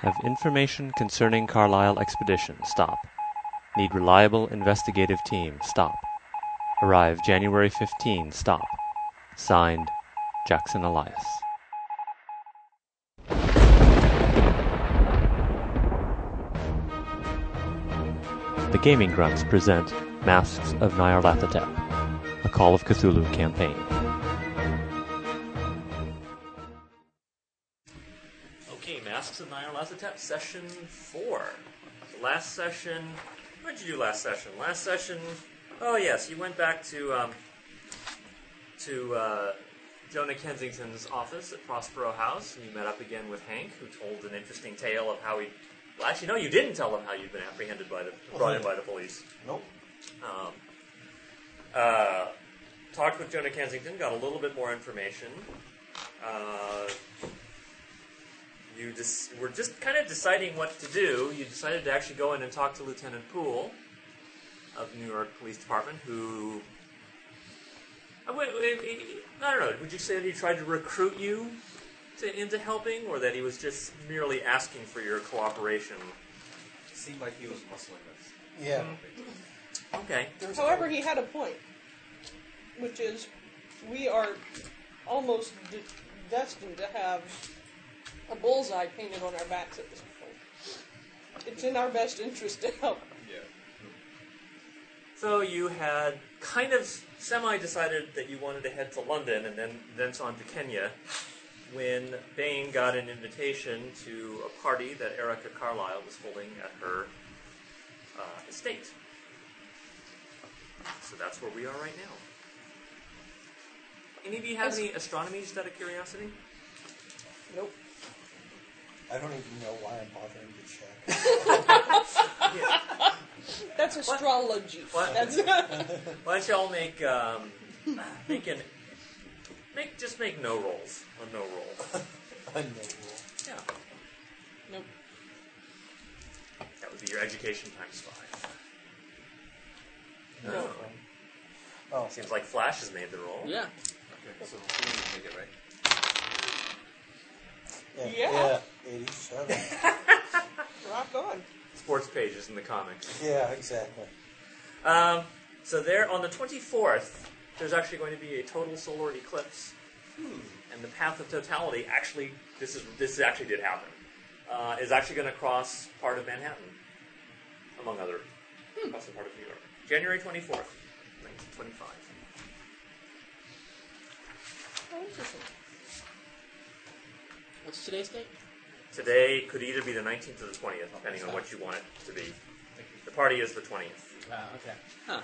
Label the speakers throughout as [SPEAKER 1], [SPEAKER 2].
[SPEAKER 1] Have information concerning Carlisle expedition. Stop. Need reliable investigative team. Stop. Arrive January 15. Stop. (Signed) Jackson Elias. The Gaming Grunts present Masks of Nyarlathotep, a Call of Cthulhu campaign.
[SPEAKER 2] Okay, Masks of Nyarlathotep, session four. Last session. What did you do last session? Last session. Oh yes, you went back to um, to uh, Jonah Kensington's office at Prospero House, and you met up again with Hank, who told an interesting tale of how he. Well, actually, no, you didn't tell him how you'd been apprehended by the brought in by the police.
[SPEAKER 3] Nope.
[SPEAKER 2] Um, uh, talked with Jonah Kensington, got a little bit more information. Uh, you dis- were just kind of deciding what to do. You decided to actually go in and talk to Lieutenant Poole of the New York Police Department, who. I would- I don't know. Would you say that he tried to recruit you to, into helping, or that he was just merely asking for your cooperation?
[SPEAKER 4] seemed like he was muscling us.
[SPEAKER 3] Yeah.
[SPEAKER 2] Okay.
[SPEAKER 3] There was-
[SPEAKER 5] However, he had a point, which is we are almost de- destined to have a bullseye painted on our backs at this point. It's in our best interest to help.
[SPEAKER 4] Yeah.
[SPEAKER 2] So you had kind of semi decided that you wanted to head to London and then thence on to Kenya when Bain got an invitation to a party that Erica Carlisle was holding at her uh, estate. So that's where we are right now. Any of you have any astronomy just out of curiosity?
[SPEAKER 5] Nope.
[SPEAKER 3] I don't even know why I'm bothering to check.
[SPEAKER 5] That's astrology.
[SPEAKER 2] What?
[SPEAKER 5] That's
[SPEAKER 2] Why don't y'all make um, make an make just make no rolls a no roll?
[SPEAKER 3] Unknowable.
[SPEAKER 2] Yeah,
[SPEAKER 5] nope.
[SPEAKER 2] that would be your education times five.
[SPEAKER 5] No.
[SPEAKER 3] Oh,
[SPEAKER 2] Seems like Flash has made the roll.
[SPEAKER 5] Yeah.
[SPEAKER 4] Okay, so we didn't make it right.
[SPEAKER 3] yeah.
[SPEAKER 5] Yeah.
[SPEAKER 3] yeah. 87.
[SPEAKER 5] Rock on.
[SPEAKER 2] Sports pages in the comics.
[SPEAKER 3] yeah, exactly.
[SPEAKER 2] Um, so there, on the 24th, there's actually going to be a total solar eclipse, and the path of totality actually this is this actually did happen uh, is actually going to cross part of Manhattan, among other crossing part of New York. January 24th, 1925.
[SPEAKER 5] Oh, interesting.
[SPEAKER 6] What's today's date?
[SPEAKER 2] Today could either be the 19th or the 20th, depending on what you want it to be. The party is the 20th.
[SPEAKER 6] Wow, okay. Huh.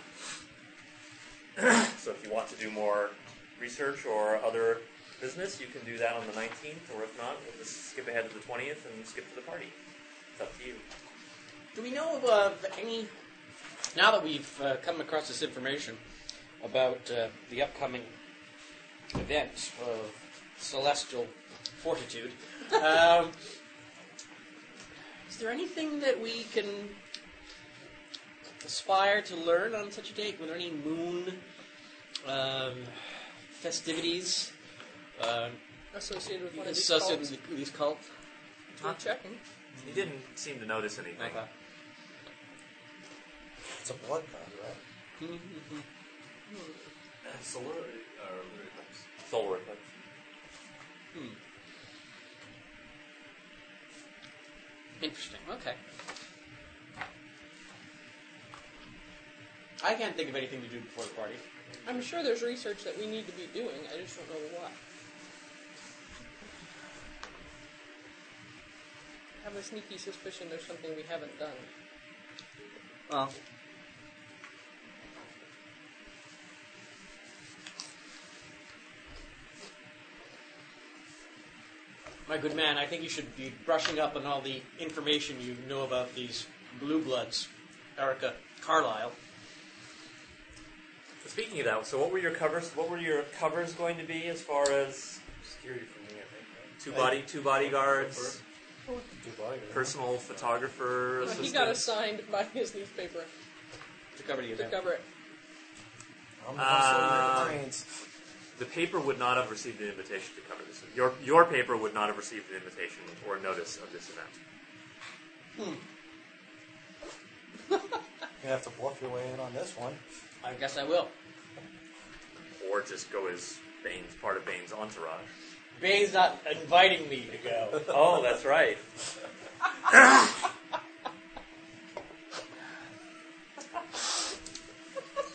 [SPEAKER 2] So if you want to do more research or other business, you can do that on the 19th, or if not, we'll just skip ahead to the 20th and skip to the party. It's up to you.
[SPEAKER 6] Do we know of uh, any, now that we've uh, come across this information about uh, the upcoming event of celestial fortitude, um, is there anything that we can aspire to learn on such a date? Were there any moon um, festivities uh,
[SPEAKER 5] Associated with one of these
[SPEAKER 6] associated
[SPEAKER 5] cults.
[SPEAKER 6] with these cults?
[SPEAKER 5] We're checking.
[SPEAKER 2] You didn't seem to notice anything.
[SPEAKER 6] Okay.
[SPEAKER 3] It's a blood card, right?
[SPEAKER 4] Solar or lunar eclipse?
[SPEAKER 2] Solar eclipse.
[SPEAKER 6] Interesting. Okay. I can't think of anything to do before the party.
[SPEAKER 5] I'm sure there's research that we need to be doing. I just don't know what. I have a sneaky suspicion there's something we haven't done.
[SPEAKER 6] Well, my good man, I think you should be brushing up on all the information you know about these blue bloods, Erica Carlisle.
[SPEAKER 2] Speaking of that, so what were your covers? What were your covers going to be as far as
[SPEAKER 4] Security for me, I think. Right?
[SPEAKER 2] two body, two bodyguards,
[SPEAKER 3] Good body, right?
[SPEAKER 2] personal photographer,
[SPEAKER 5] Well,
[SPEAKER 2] assistant?
[SPEAKER 5] he got assigned by his newspaper
[SPEAKER 6] To cover the
[SPEAKER 5] to
[SPEAKER 6] event.
[SPEAKER 5] cover it.
[SPEAKER 3] I'm
[SPEAKER 2] Uh,
[SPEAKER 3] also in the brains.
[SPEAKER 2] The paper would not have received an invitation to cover this. Your your paper would not have received an invitation or notice of this event.
[SPEAKER 3] You're gonna have to bluff your way in on this one.
[SPEAKER 6] I guess I will.
[SPEAKER 2] Or just go as Bane's part of Bane's entourage.
[SPEAKER 6] Bane's not inviting me to go.
[SPEAKER 2] Oh, that's right.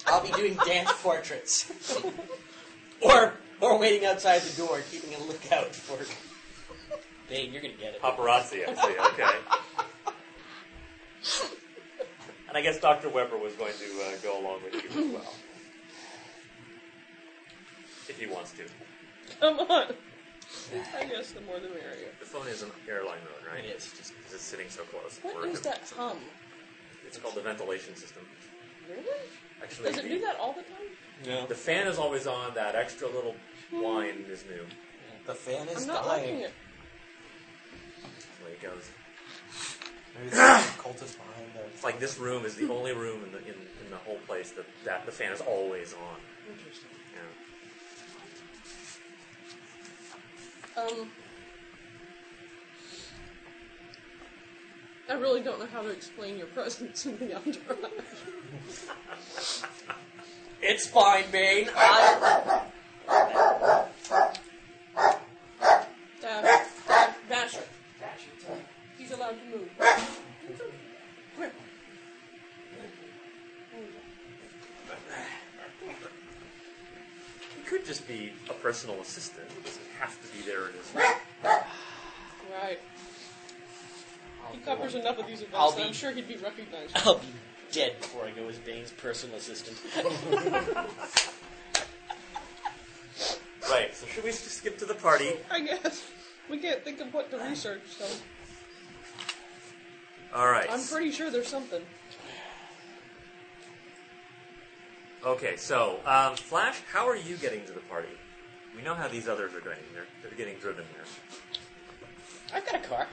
[SPEAKER 6] I'll be doing dance portraits. or or waiting outside the door, keeping a lookout for Bane, you're gonna get it.
[SPEAKER 2] Paparazzi, I see. Okay. And I guess Dr. Weber was going to uh, go along with you as well. If he wants to.
[SPEAKER 5] Come on. I guess the more the merrier.
[SPEAKER 2] The phone is an airline mode, right?
[SPEAKER 6] It is.
[SPEAKER 2] Just because it's sitting so close.
[SPEAKER 5] What
[SPEAKER 2] We're-
[SPEAKER 5] is that hum?
[SPEAKER 2] It's called the ventilation system.
[SPEAKER 5] Really?
[SPEAKER 2] Actually,
[SPEAKER 5] Does it
[SPEAKER 2] the-
[SPEAKER 5] do that all the time?
[SPEAKER 3] No.
[SPEAKER 2] The fan is always on. That extra little wine is new.
[SPEAKER 3] The fan is
[SPEAKER 5] I'm not liking
[SPEAKER 3] dying.
[SPEAKER 5] it.
[SPEAKER 2] There it goes.
[SPEAKER 3] Maybe there's some cultist behind there.
[SPEAKER 2] It's like this room is the only room in the in, in the whole place that, that the fan is always on.
[SPEAKER 5] Interesting.
[SPEAKER 2] Yeah.
[SPEAKER 5] Um, I really don't know how to explain your presence in the entourage.
[SPEAKER 6] It's fine, Bane. I,
[SPEAKER 5] Dash, dash, Dasher. He's allowed to move. Quick.
[SPEAKER 2] He could just be a personal assistant. He doesn't have to be there in his
[SPEAKER 5] Right. He covers enough of these events
[SPEAKER 6] I'll
[SPEAKER 5] that I'm
[SPEAKER 6] be-
[SPEAKER 5] sure he'd be recognized.
[SPEAKER 6] I'll be dead before I go as Bane's personal assistant.
[SPEAKER 2] Right. So should we just skip to the party?
[SPEAKER 5] I guess. We can't think of what to research, so
[SPEAKER 2] All right.
[SPEAKER 5] I'm pretty sure there's something.
[SPEAKER 2] Okay. So um, Flash, how are you getting to the party? We know how these others are going. They're, they're getting driven here.
[SPEAKER 6] I've got a car.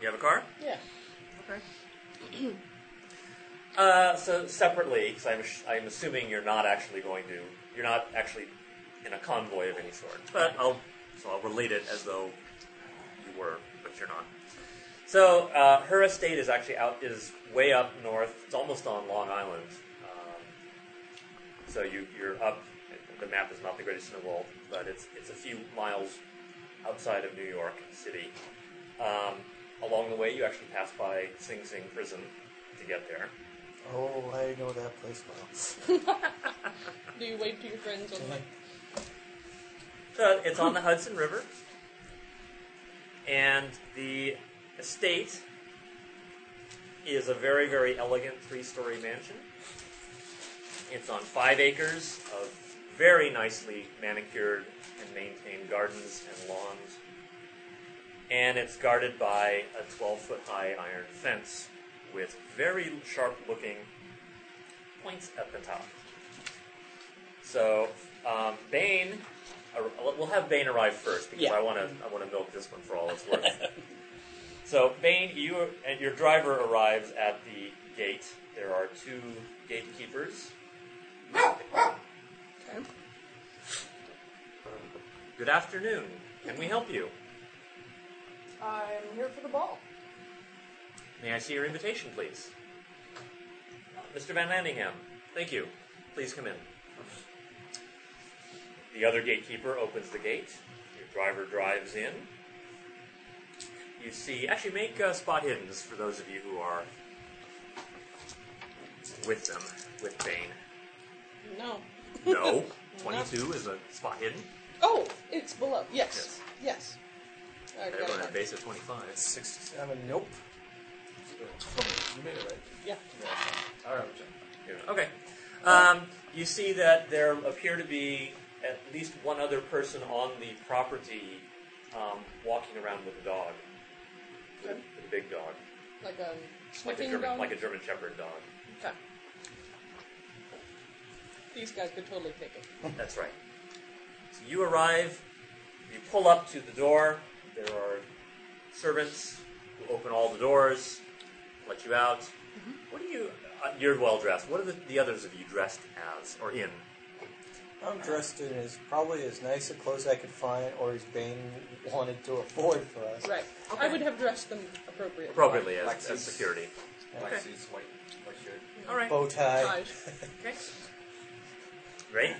[SPEAKER 2] You have a car?
[SPEAKER 6] Yeah.
[SPEAKER 2] Okay. uh, so separately, because I'm, ass- I'm assuming you're not actually going to, you're not actually in a convoy of any sort. But I'll, so I'll relate it as though you were, but you're not. So uh, her estate is actually out, is way up north. It's almost on Long Island. Um, so you, you're up. The map is not the greatest in the world, but it's it's a few miles outside of New York City. Um, along the way, you actually pass by Sing Sing Prison to get there.
[SPEAKER 3] Oh, I know that place well.
[SPEAKER 5] Do you wave to your friends on like
[SPEAKER 2] So it's on the Hudson River, and the estate is a very, very elegant three-story mansion. It's on five acres of very nicely manicured and maintained gardens and lawns, and it's guarded by a 12-foot-high iron fence with very sharp-looking points at the top. So, um, Bane, ar- we'll have Bane arrive first because
[SPEAKER 6] Yeah.
[SPEAKER 2] I want to I want to milk this one for all it's worth. so, Bane, you and your driver arrives at the gate. There are two gatekeepers.
[SPEAKER 5] Okay.
[SPEAKER 2] Good afternoon. Can we help you?
[SPEAKER 5] I'm here for the ball.
[SPEAKER 2] May I see your invitation, please? Mr. Van Lanningham, thank you. Please come in. The other gatekeeper opens the gate. Your driver drives in. You see, actually, make uh, spot hiddens for those of you who are with them, with Bane.
[SPEAKER 5] No.
[SPEAKER 2] No, 22 is a spot hidden.
[SPEAKER 5] Oh, it's below. Yes. Yes. I got
[SPEAKER 2] Everyone
[SPEAKER 5] it.
[SPEAKER 2] had base of 25.
[SPEAKER 3] 67, nope.
[SPEAKER 4] You made it, right?
[SPEAKER 5] Yeah.
[SPEAKER 4] Yeah. All right, we're done.
[SPEAKER 2] Okay. Um, you see that there appear to be at least one other person on the property um, walking around with a dog. With a, with a big dog.
[SPEAKER 5] Like a
[SPEAKER 2] Like a,
[SPEAKER 5] sniffing
[SPEAKER 2] German,
[SPEAKER 5] dog.
[SPEAKER 2] like a German Shepherd dog.
[SPEAKER 5] Okay. These guys could totally take it.
[SPEAKER 2] That's right. So you arrive, you pull up to the door. There are servants who open all the doors, let you out. What are you, uh, you're well dressed. What are the, the others of you dressed as or in?
[SPEAKER 3] I'm dressed in as probably as nice a clothes I could find, or as Bane wanted to afford for us.
[SPEAKER 5] Right. I would have dressed them appropriately.
[SPEAKER 2] Appropriately
[SPEAKER 4] Black
[SPEAKER 2] as, as
[SPEAKER 4] suits.
[SPEAKER 2] security.
[SPEAKER 4] Black
[SPEAKER 2] Okay.
[SPEAKER 4] suits, white, white shirt.
[SPEAKER 2] All right.
[SPEAKER 3] Bow tie.
[SPEAKER 5] Ties.
[SPEAKER 2] Okay. Great.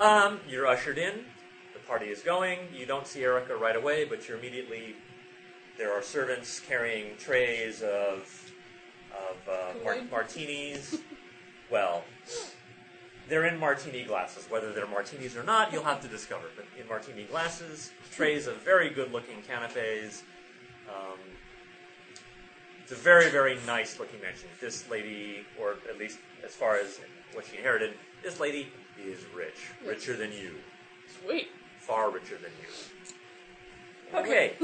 [SPEAKER 2] Um, you're ushered in. The party is going. You don't see Erica right away, but you're immediately. There are servants carrying trays of of uh, mar-
[SPEAKER 5] Kool-Aid?
[SPEAKER 2] martinis. well, they're in martini glasses. Whether they're martinis or not, you'll have to discover. But in martini glasses, trays of very good-looking canapes. Um, it's a very, very nice looking mansion. This lady, or at least as far as what she inherited, this lady is rich. Richer than you.
[SPEAKER 5] Sweet.
[SPEAKER 2] Far richer than you. Okay.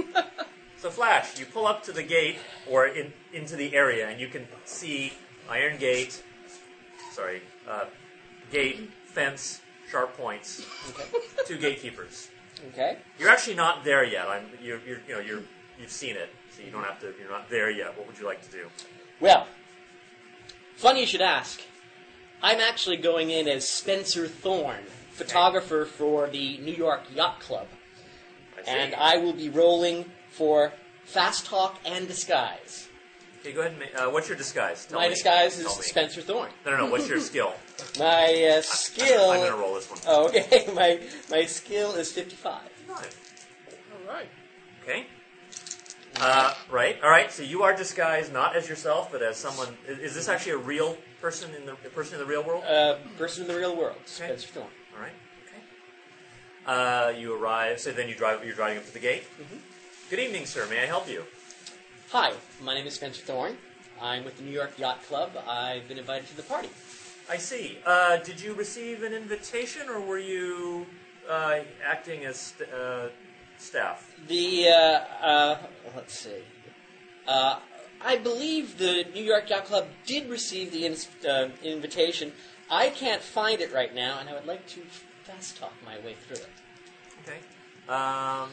[SPEAKER 2] so, Flash, you pull up to the gate, or in, into the area, and you can see Iron Gate, sorry, uh, gate, fence, sharp points,
[SPEAKER 6] Okay.
[SPEAKER 2] two gatekeepers.
[SPEAKER 6] okay.
[SPEAKER 2] You're actually not there yet. I'm, you're, you're, you know, you're, you've seen it, so you don't have to, you're not there yet. What would you like to do?
[SPEAKER 6] Well, funny you should ask. I'm actually going in as Spencer Thorne, photographer for the New York Yacht Club,
[SPEAKER 2] I see.
[SPEAKER 6] and I will be rolling for Fast Talk and Disguise.
[SPEAKER 2] Okay, go ahead and ma- uh, what's your disguise? Tell
[SPEAKER 6] My
[SPEAKER 2] me.
[SPEAKER 6] disguise is
[SPEAKER 2] Tell me.
[SPEAKER 6] Spencer Thorne.
[SPEAKER 2] No, no, no. What's your skill?
[SPEAKER 6] My uh, skill.
[SPEAKER 2] I'm gonna roll this one.
[SPEAKER 6] Oh, okay. My my skill is 55.
[SPEAKER 2] Nine.
[SPEAKER 5] All right.
[SPEAKER 2] Okay. Uh, right. All right. So you are disguised not as yourself, but as someone. i- Is, this actually a real person in the a person in the real world?
[SPEAKER 6] Uh, person in the real world, Spencer Thorne.
[SPEAKER 2] All right. Okay. Uh, you arrive. So then you drive. You're driving up to the gate.
[SPEAKER 6] Mm-hmm.
[SPEAKER 2] Good evening, sir. May I help you?
[SPEAKER 6] Hi, my name is Spencer Thorne. I'm with the New York Yacht Club. I've been invited to the party.
[SPEAKER 2] I see. Uh, did you receive an invitation, or were you uh, acting as st- uh, staff?
[SPEAKER 6] The uh, uh, let's see. Uh, I believe the New York Yacht Club did receive the ins- uh, invitation. I can't find it right now, and I would like to fast talk my way through it.
[SPEAKER 2] Okay. Um,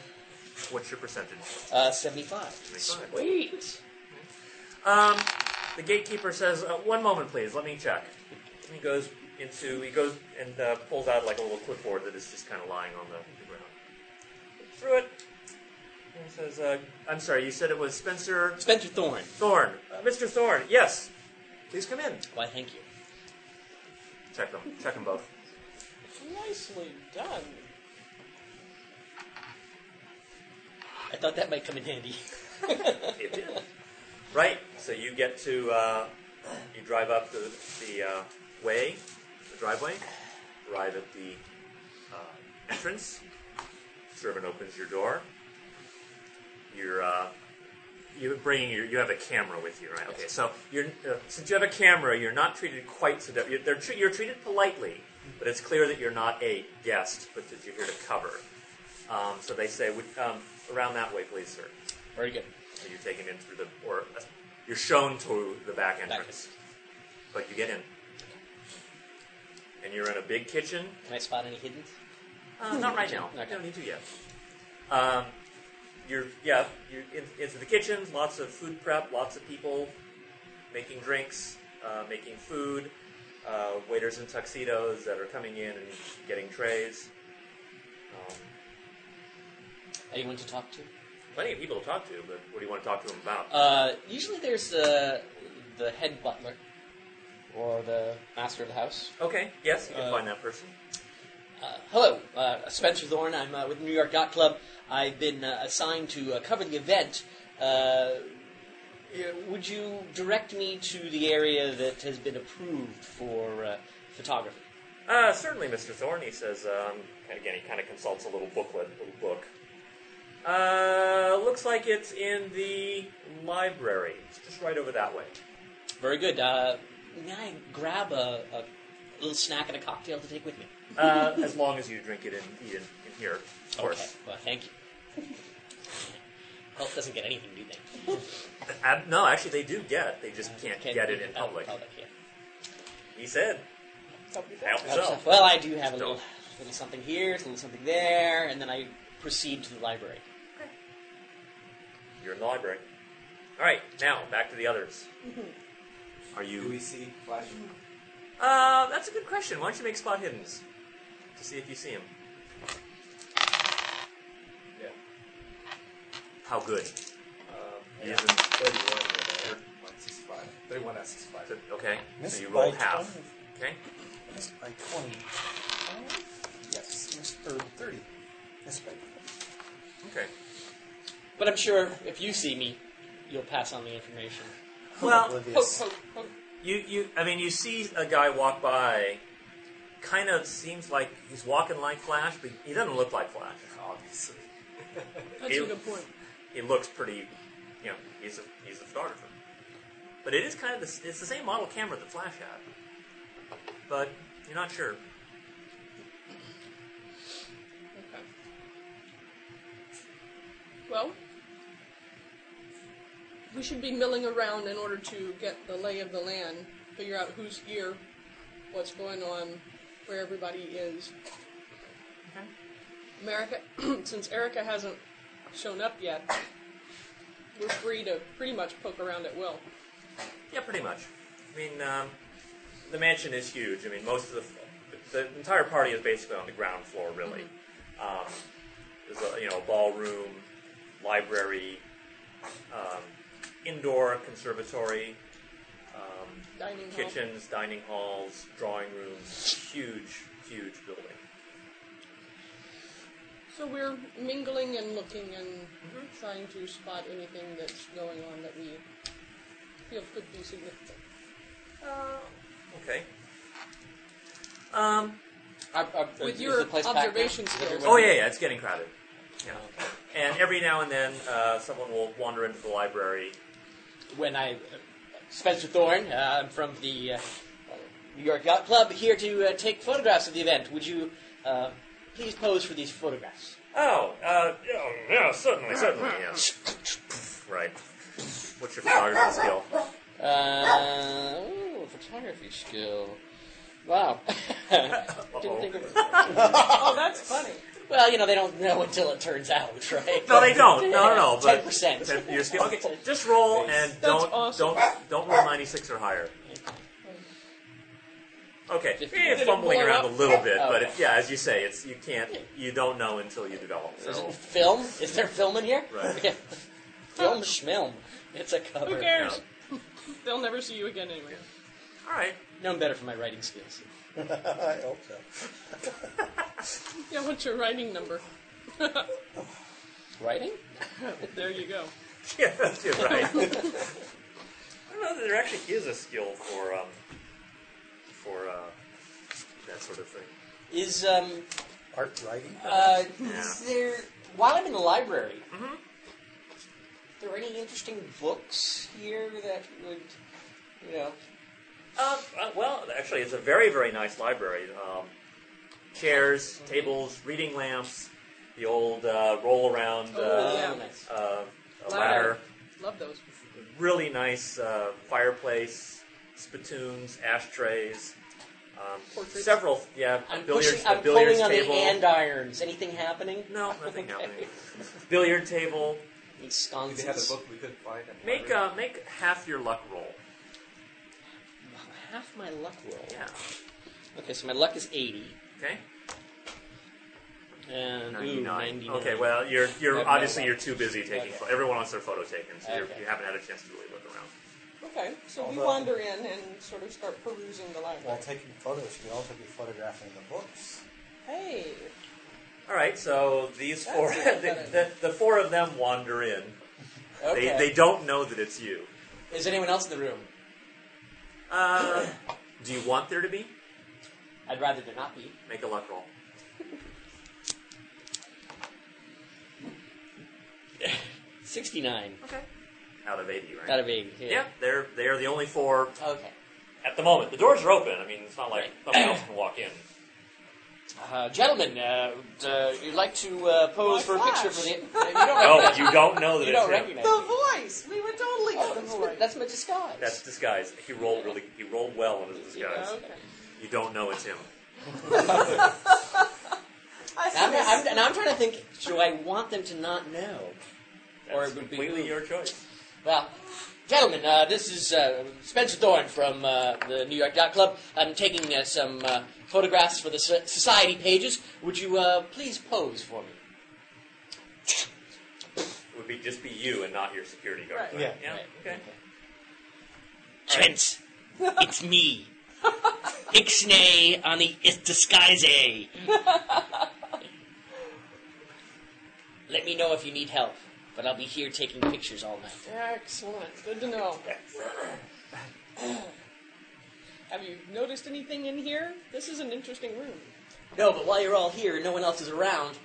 [SPEAKER 2] what's your percentage?
[SPEAKER 6] Uh, Seventy-five.
[SPEAKER 2] 75.
[SPEAKER 6] Sweet.
[SPEAKER 2] Um, the gatekeeper says, uh, "One moment, please. Let me check." And he goes into he goes and uh, pulls out like a little clipboard that is just kind of lying on the, the ground. Looks Through it, and he says, uh, "I'm sorry. You said it was Spencer
[SPEAKER 6] Spencer Thorne.
[SPEAKER 2] Thorne, uh, Mr. Thorne. Yes, please come in.
[SPEAKER 6] Why, thank you.
[SPEAKER 2] Check them. Check them both.
[SPEAKER 5] Nicely done.
[SPEAKER 6] I thought that might come in handy.
[SPEAKER 2] It did. Right. So you get to uh, you drive up the the uh, way, the driveway, arrive at the uh, entrance. Servant opens your door. You're uh, you bringing your you have a camera with you, right? Okay. So you're uh, since you have a camera, you're not treated quite so. You're, they're tre- you're treated politely, but it's clear that you're not a guest, but that you're here to cover. Um, so they say, "Would- um, around that way, please, sir.
[SPEAKER 6] Very good.
[SPEAKER 2] So you're taken in through the, or uh, you're shown to the back entrance.
[SPEAKER 6] entrance.
[SPEAKER 2] But you get in. And you're in a big kitchen.
[SPEAKER 6] Can I spot any hidden?
[SPEAKER 2] Uh, not right now.
[SPEAKER 6] Okay.
[SPEAKER 2] Don't need to yet. Um, you're, yeah, you're in, into the kitchen. Lots of food prep. Lots of people making drinks, uh, making food. Uh, waiters in tuxedos that are coming in and getting trays. Um,
[SPEAKER 6] Anyone to talk to?
[SPEAKER 2] plenty of people to talk to, but what do you want to talk to them about?
[SPEAKER 6] Uh, usually there's uh, the head butler or the master of the house.
[SPEAKER 2] okay. Yes, you can
[SPEAKER 6] uh,
[SPEAKER 2] find that person.
[SPEAKER 6] Uh, hello, uh, Spencer Thorne. I'm uh, with New York Yacht Club. I've been uh, assigned to uh, cover the event. Uh, yeah, would you direct me to the area that has been approved for uh, photography?
[SPEAKER 2] Uh, certainly, Mr. Thorne. He says, um, and again, he kind of consults a little booklet, little book. Uh, looks like it's in the library. It's just right over that way.
[SPEAKER 6] Very good. Uh, may I grab a, a little snack and a cocktail to take with me?
[SPEAKER 2] Uh, as long as you drink it and eat it in here, of
[SPEAKER 6] Okay.
[SPEAKER 2] course.
[SPEAKER 6] Well, thank you. Help doesn't get anything, do they?
[SPEAKER 2] Uh, no, actually, they do get it. They just can't
[SPEAKER 6] Can't
[SPEAKER 2] get
[SPEAKER 6] do
[SPEAKER 2] it Oh. in
[SPEAKER 6] out
[SPEAKER 2] public.
[SPEAKER 6] yeah.
[SPEAKER 2] He said,
[SPEAKER 5] Help you
[SPEAKER 2] help
[SPEAKER 5] back.
[SPEAKER 6] Well,
[SPEAKER 2] yourself.
[SPEAKER 6] I do have a little, little something here, a little something there, and then I proceed to the library.
[SPEAKER 2] You're in the library. All right, now, back to the others. Are
[SPEAKER 4] Do we
[SPEAKER 2] you...
[SPEAKER 4] see Flash?
[SPEAKER 2] Uh, that's a good question. Why don't you make spot hiddens? to see if you see him.
[SPEAKER 4] Yeah.
[SPEAKER 2] How good?
[SPEAKER 4] Um,
[SPEAKER 2] He
[SPEAKER 4] yeah.
[SPEAKER 2] isn't-
[SPEAKER 4] 31 whatever. 165. 31 out 65.
[SPEAKER 2] So- Okay.
[SPEAKER 3] Missed
[SPEAKER 2] so you roll
[SPEAKER 3] by
[SPEAKER 2] half.
[SPEAKER 3] 20.
[SPEAKER 2] Okay.
[SPEAKER 3] Missed by 20. Yes, missed or 30. Missed by
[SPEAKER 2] Okay.
[SPEAKER 6] But I'm sure if you see me, you'll pass on the information.
[SPEAKER 2] Well,
[SPEAKER 5] Poke,
[SPEAKER 3] oblivious.
[SPEAKER 5] poke, poke.
[SPEAKER 2] you you I mean you see a guy walk by. Kind of seems like he's walking like Flash, but he doesn't look like Flash.
[SPEAKER 4] Obviously.
[SPEAKER 5] That's a
[SPEAKER 2] Ew.
[SPEAKER 5] good point.
[SPEAKER 2] He looks pretty, you know, he's a he's a photographer. But it is kind of the, it's the same model camera that Flash had, but you're not sure.
[SPEAKER 6] Okay.
[SPEAKER 5] Well, we should be milling around in order to get the lay of the land, figure out who's here, what's going on, where everybody is. America, since Erica hasn't shown up yet, we're free to pretty much poke around at will.
[SPEAKER 2] Yeah, pretty much. I mean, um, the mansion is huge. I mean, most of the the entire party is basically on the ground floor, really. Um, there's a you know ballroom, library, um, indoor conservatory, um,
[SPEAKER 5] Dining hall.
[SPEAKER 2] kitchens, dining halls, drawing rooms. Huge, huge building.
[SPEAKER 5] So we're mingling and looking and trying to spot anything that's going on that we feel could be significant.
[SPEAKER 2] Okay. Um,
[SPEAKER 6] I, I,
[SPEAKER 5] With
[SPEAKER 6] is
[SPEAKER 5] your
[SPEAKER 6] the place packed now?
[SPEAKER 5] observation
[SPEAKER 6] Is
[SPEAKER 5] skills.
[SPEAKER 2] oh
[SPEAKER 6] everyone-
[SPEAKER 2] yeah, yeah, it's getting crowded. Yeah. And every now and then, uh, someone will wander into the library
[SPEAKER 6] When I, uh, Spencer Thorne, uh, I'm from the uh, New York Yacht Club, here to uh, take photographs of the event. Would you uh, please pose for these photographs?
[SPEAKER 2] Oh, uh, yeah, yeah, certainly, certainly, yeah. Right. What's your photography skill?
[SPEAKER 6] Uh, ooh, photography skill. Wow. Didn't think of it.
[SPEAKER 5] Oh, that's funny.
[SPEAKER 6] Well, you know, they don't know until it turns out, right?
[SPEAKER 2] No, they don't. No, no, no. But
[SPEAKER 6] 10%.
[SPEAKER 2] but your skill. Okay, just roll and
[SPEAKER 5] That's
[SPEAKER 2] don't
[SPEAKER 5] awesome.
[SPEAKER 2] don't don't roll ninety six or higher. Okay,
[SPEAKER 6] Fifty.
[SPEAKER 2] it's fumbling
[SPEAKER 5] blow
[SPEAKER 2] around a
[SPEAKER 5] up? Oh.
[SPEAKER 2] little bit, but
[SPEAKER 6] Okay.
[SPEAKER 2] it, yeah, as you say, it's you can't you don't know until you develop.
[SPEAKER 6] Is
[SPEAKER 2] So
[SPEAKER 6] it film? Is there film in here?
[SPEAKER 2] Right.
[SPEAKER 6] Okay. film schmilm. It's a cover.
[SPEAKER 5] Who
[SPEAKER 2] yeah.
[SPEAKER 5] cares? They'll never see you again anyway.
[SPEAKER 2] all right.
[SPEAKER 6] Known better for my writing skills.
[SPEAKER 3] I hope so.
[SPEAKER 5] Yeah, what's your writing number?
[SPEAKER 6] Writing?
[SPEAKER 5] There you go.
[SPEAKER 2] Yeah, you're right. I don't know that there actually is a skill for um for uh, that sort of thing.
[SPEAKER 6] Is um
[SPEAKER 3] Art writing?
[SPEAKER 6] uh
[SPEAKER 2] Yeah.
[SPEAKER 6] is there while I'm in the library? Mm-hmm. Are there any interesting books here that would you know?
[SPEAKER 2] Uh, uh, well, actually, it's a very, very nice library. Um, chairs, tables, reading lamps, the old uh, roll around uh,
[SPEAKER 5] Oh, yeah.
[SPEAKER 6] nice.
[SPEAKER 2] uh, a ladder,
[SPEAKER 5] Ladder. Love those.
[SPEAKER 2] really nice uh, fireplace, spittoons, ashtrays, um,
[SPEAKER 5] Portraits.
[SPEAKER 2] several, yeah,
[SPEAKER 6] I'm
[SPEAKER 2] billiards,
[SPEAKER 6] pushing. I'm
[SPEAKER 2] a billiards
[SPEAKER 6] pulling on
[SPEAKER 2] table.
[SPEAKER 6] the andirons. Anything happening?
[SPEAKER 2] no, nothing
[SPEAKER 6] Okay.
[SPEAKER 2] happening. Billiard table.
[SPEAKER 6] These
[SPEAKER 4] They had a
[SPEAKER 6] sconces.
[SPEAKER 4] book we couldn't find. at the
[SPEAKER 2] Make
[SPEAKER 4] library.
[SPEAKER 2] uh, make half your luck roll.
[SPEAKER 6] Half my luck roll.
[SPEAKER 2] Yeah.
[SPEAKER 6] Okay, so my luck is eighty.
[SPEAKER 2] Okay.
[SPEAKER 6] And ooh,
[SPEAKER 2] 99.
[SPEAKER 6] 99.
[SPEAKER 2] Okay, well, you're you're
[SPEAKER 6] Never mind.
[SPEAKER 2] obviously you're too busy taking.
[SPEAKER 6] Okay.
[SPEAKER 2] pho- Everyone wants their photo taken, so you're,
[SPEAKER 6] Okay.
[SPEAKER 2] you haven't had a chance to really look around.
[SPEAKER 5] Okay, so we
[SPEAKER 3] Although-
[SPEAKER 5] wander in and sort of start perusing the
[SPEAKER 3] While
[SPEAKER 5] library.
[SPEAKER 3] taking photos, you can also be photographing the books.
[SPEAKER 5] Hey,
[SPEAKER 2] All right, so these
[SPEAKER 5] That's
[SPEAKER 2] four,
[SPEAKER 5] a good
[SPEAKER 2] the, the, the four of them wander in.
[SPEAKER 6] Okay.
[SPEAKER 2] They they don't know that it's you.
[SPEAKER 6] Is anyone else in the room?
[SPEAKER 2] Uh, do you want there to be?
[SPEAKER 6] I'd rather there not be.
[SPEAKER 2] Make a luck roll.
[SPEAKER 6] Sixty-nine
[SPEAKER 2] Okay. Out of eighty, right?
[SPEAKER 6] out of eighty.
[SPEAKER 2] yeah, they're they are the only four
[SPEAKER 6] Okay.
[SPEAKER 2] at the moment. The doors are open. I mean, it's not like
[SPEAKER 6] Right.
[SPEAKER 2] someone else can walk in.
[SPEAKER 6] Uh, gentlemen, uh, d- uh, you'd like to uh, pose
[SPEAKER 5] My
[SPEAKER 6] for a
[SPEAKER 5] flash.
[SPEAKER 6] picture for the. You don't,
[SPEAKER 2] No, you don't know that
[SPEAKER 6] you
[SPEAKER 2] it's
[SPEAKER 6] don't
[SPEAKER 2] him.
[SPEAKER 6] recognize
[SPEAKER 5] the
[SPEAKER 6] me.
[SPEAKER 5] voice. We were totally
[SPEAKER 6] Oh,
[SPEAKER 5] the
[SPEAKER 6] that's, my,
[SPEAKER 5] voice.
[SPEAKER 6] that's my disguise.
[SPEAKER 2] That's disguise. He rolled really. He rolled well on his disguise.
[SPEAKER 5] okay.
[SPEAKER 2] You don't know it's him.
[SPEAKER 5] I
[SPEAKER 6] And I'm,
[SPEAKER 5] see
[SPEAKER 6] I'm, and I'm trying to think. Do I want them to not know? Or
[SPEAKER 2] That's
[SPEAKER 6] it would be
[SPEAKER 2] completely
[SPEAKER 6] who?
[SPEAKER 2] your choice.
[SPEAKER 6] Well, Gentlemen, uh, this is uh, Spencer Thorne from uh, the New York Yacht Club. I'm taking uh, some uh, photographs for the so- society pages. Would you uh, please pose for me?
[SPEAKER 2] It would be just be you and not your security guard.
[SPEAKER 5] Right.
[SPEAKER 2] but-
[SPEAKER 3] Yeah.
[SPEAKER 2] yeah.
[SPEAKER 6] Right.
[SPEAKER 2] Okay.
[SPEAKER 6] Gents, it's me. Ixnay on the is- disguise. eh? Let me know if you need help, but I'll be here taking pictures all night.
[SPEAKER 5] Excellent. Good to know. Have you noticed anything in here? This is an interesting room.
[SPEAKER 6] No, but while you're all here and no one else is around,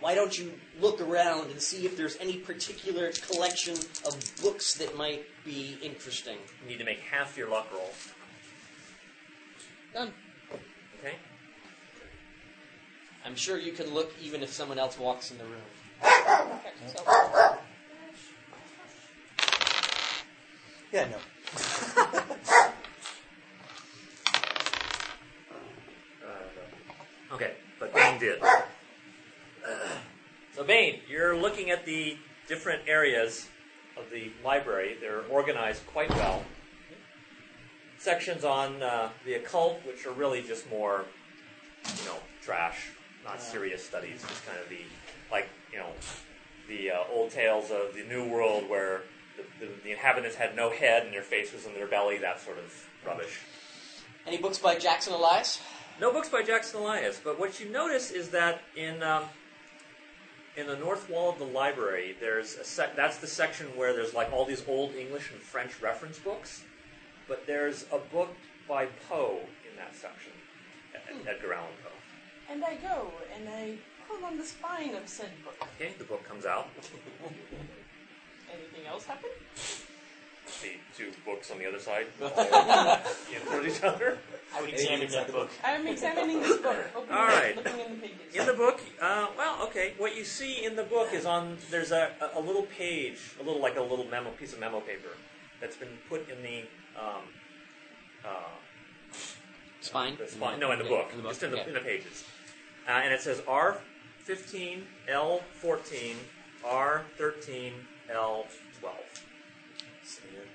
[SPEAKER 6] why don't you look around and see if there's any particular collection of books that might be interesting?
[SPEAKER 2] You need to make half your luck roll.
[SPEAKER 5] Done.
[SPEAKER 2] Okay.
[SPEAKER 6] I'm sure you can look even if someone else walks in the room.
[SPEAKER 5] Okay, so
[SPEAKER 3] Yeah, no.
[SPEAKER 2] Okay, but Bane did. Uh, So Bane, you're looking at the different areas of the library. They're organized quite well. Sections on uh, the occult, which are really just more, you know, trash, not serious studies. Just kind of the, like, you know, the uh, old tales of the New World where the, the, the inhabitants had no head and their face was in their belly. That sort of rubbish.
[SPEAKER 6] Any books by Jackson Elias?
[SPEAKER 2] No books by Jackson Elias, but what you notice is that in um, in the north wall of the library, there's a sec- that's the section where there's like all these old English and French reference books, but there's a book by Poe in that section, E- Edgar Allan Poe.
[SPEAKER 7] And I go and I pull on the spine of said book.
[SPEAKER 2] Okay, the book comes out.
[SPEAKER 7] Anything else happen?
[SPEAKER 2] The two books on the other side, all in each other.
[SPEAKER 6] I would examine that book.
[SPEAKER 7] I'm examining this book. Opening
[SPEAKER 2] All
[SPEAKER 7] it,
[SPEAKER 2] right.
[SPEAKER 7] Looking in the pages.
[SPEAKER 2] In the book, uh, well, okay. What you see in the book is on there's a, a, a little page, a little like a little memo piece of memo paper that's been put in the um, uh,
[SPEAKER 6] It's fine.
[SPEAKER 2] the spine. No, in the book, just in the, in the pages, uh, and it says R fifteen L fourteen R thirteen L twelve.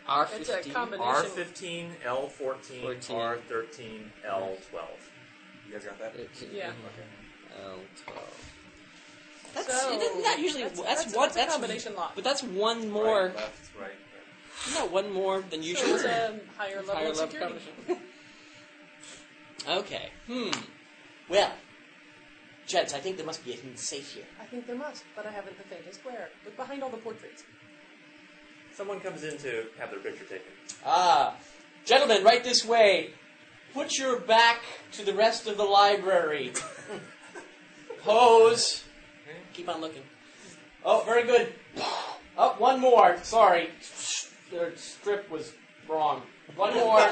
[SPEAKER 6] R15.
[SPEAKER 5] it's a combination.
[SPEAKER 2] R fifteen L fourteen
[SPEAKER 6] 14.
[SPEAKER 2] R thirteen L twelve.
[SPEAKER 4] You guys got that?
[SPEAKER 5] Yeah.
[SPEAKER 6] L12. That's,
[SPEAKER 5] So,
[SPEAKER 6] isn't that usually that's,
[SPEAKER 5] that's- that's-
[SPEAKER 6] one
[SPEAKER 5] that's a combination lot.
[SPEAKER 6] but that's one more
[SPEAKER 4] Right, left, right, right.
[SPEAKER 6] no one more than
[SPEAKER 5] so
[SPEAKER 6] usual
[SPEAKER 5] it's a higher level
[SPEAKER 6] Higher
[SPEAKER 5] of
[SPEAKER 6] level
[SPEAKER 5] security.
[SPEAKER 6] okay hmm well gents I think there must be a hidden safe here
[SPEAKER 5] I think there must, but I haven't the faintest where. Look behind all the portraits.
[SPEAKER 2] Someone comes in to have their picture taken.
[SPEAKER 6] ah gentlemen right this way put your back to the rest of the library pose keep on looking oh very good oh one more sorry the strip was wrong one more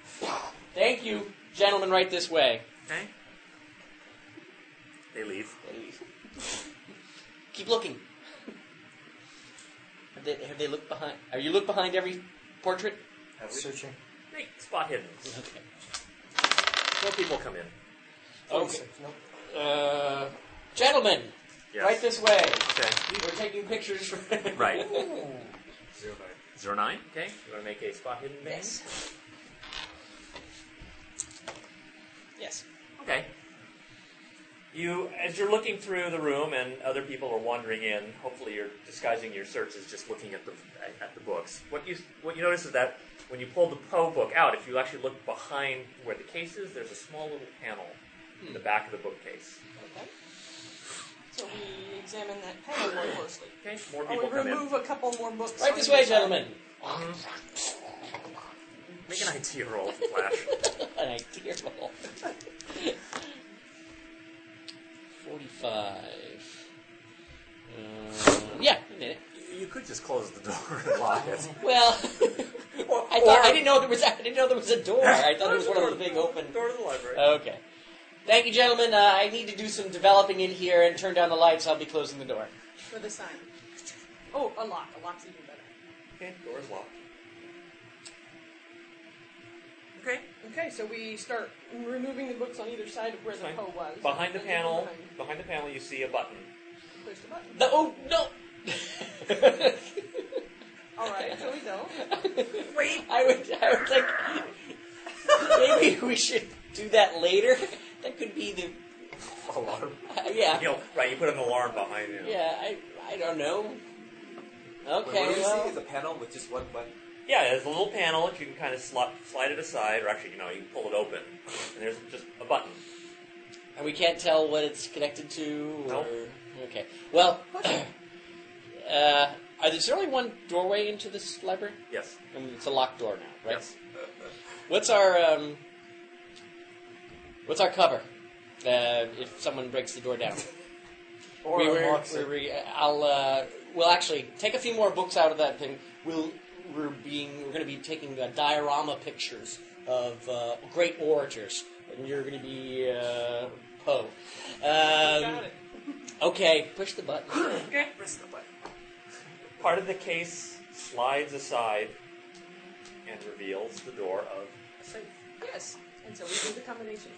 [SPEAKER 6] thank you gentlemen right this way
[SPEAKER 2] Okay. They leave.
[SPEAKER 6] Keep looking. Have they, have they looked behind? Are you look behind every portrait?
[SPEAKER 2] Have we-
[SPEAKER 3] Searching.
[SPEAKER 2] Great, spot hidden.
[SPEAKER 6] Okay.
[SPEAKER 2] More people come in.
[SPEAKER 6] Okay.
[SPEAKER 3] Nope.
[SPEAKER 6] Uh, gentlemen,
[SPEAKER 2] Yes.
[SPEAKER 6] right this way.
[SPEAKER 2] Okay.
[SPEAKER 6] We're taking pictures. For
[SPEAKER 2] Right.
[SPEAKER 4] Zero nine.
[SPEAKER 2] Zero nine. Okay. You want to make a spot hidden band?
[SPEAKER 6] Yes. Yes.
[SPEAKER 2] Okay. You, as you're looking through the room and other people are wandering in, hopefully you're disguising your search as just looking at the at the books. What you what you notice is that when you pull the Poe book out, if you actually look behind where the case is, there's a small little panel in
[SPEAKER 6] Hmm.
[SPEAKER 2] the back of the bookcase.
[SPEAKER 5] Okay.
[SPEAKER 7] So we examine that panel more closely.
[SPEAKER 2] Okay. More
[SPEAKER 7] Oh,
[SPEAKER 2] people
[SPEAKER 7] we
[SPEAKER 2] come in.
[SPEAKER 7] remove a couple more books.
[SPEAKER 6] Right
[SPEAKER 7] from
[SPEAKER 6] this
[SPEAKER 7] the
[SPEAKER 6] way,
[SPEAKER 7] shelf.
[SPEAKER 6] gentlemen.
[SPEAKER 2] Make an idea roll, Flash.
[SPEAKER 6] An idea roll. Forty-five. Uh, yeah, you did it.
[SPEAKER 2] you could just close the door and lock it.
[SPEAKER 6] Well, I thought I didn't know there was I didn't know there was a door. I thought it was one of those big open.
[SPEAKER 2] Door to the library.
[SPEAKER 6] Okay. Thank you, gentlemen. Uh, I need to do some developing in here and turn down the lights. I'll be closing the door.
[SPEAKER 5] With a sign. Oh, a lock. A lock's even better.
[SPEAKER 2] Okay, door's locked. Okay.
[SPEAKER 5] Okay, so we start removing the books on either side of where the
[SPEAKER 2] Fine.
[SPEAKER 5] Poe was.
[SPEAKER 2] Behind the
[SPEAKER 5] And then
[SPEAKER 2] panel,
[SPEAKER 5] behind.
[SPEAKER 2] behind the panel, you see a button.
[SPEAKER 6] oh,
[SPEAKER 5] Push the button.
[SPEAKER 6] The, oh no!
[SPEAKER 5] I'll Alright, so we don't.
[SPEAKER 2] Wait!
[SPEAKER 6] I would, I would think maybe we should do that later. That could be the
[SPEAKER 4] Alarm.
[SPEAKER 6] uh, yeah,
[SPEAKER 2] You know, right, you put an alarm behind you.
[SPEAKER 6] yeah. I I don't know.
[SPEAKER 4] Wait,
[SPEAKER 6] Okay,
[SPEAKER 4] what do we see
[SPEAKER 6] well,
[SPEAKER 4] is a panel with just one button.
[SPEAKER 2] Yeah, there's a little panel that you can kind of slot, slide it aside, or actually, you know, you can pull it open, and there's just a button.
[SPEAKER 6] and we can't tell what it's connected to. Or,
[SPEAKER 2] Nope.
[SPEAKER 6] Okay. Well, uh, uh, is there only one doorway into this library?
[SPEAKER 2] Yes.
[SPEAKER 6] I mean, it's a locked door now, right?
[SPEAKER 2] Yes.
[SPEAKER 6] What's our um, what's our cover uh, if someone breaks the door down?
[SPEAKER 3] Or
[SPEAKER 6] we were,
[SPEAKER 3] unlocks
[SPEAKER 6] we
[SPEAKER 3] it.
[SPEAKER 6] were, I'll uh, we'll actually take a few more books out of that thing. We'll we're being we're going to be taking uh, diorama pictures of uh, great orators, and you're going to be uh, Poe. Um,
[SPEAKER 5] Got it.
[SPEAKER 6] okay, push the button.
[SPEAKER 2] Okay.
[SPEAKER 4] Press the button.
[SPEAKER 2] Part of the case slides aside and reveals the door of a safe.
[SPEAKER 7] Yes. And so we do the combination.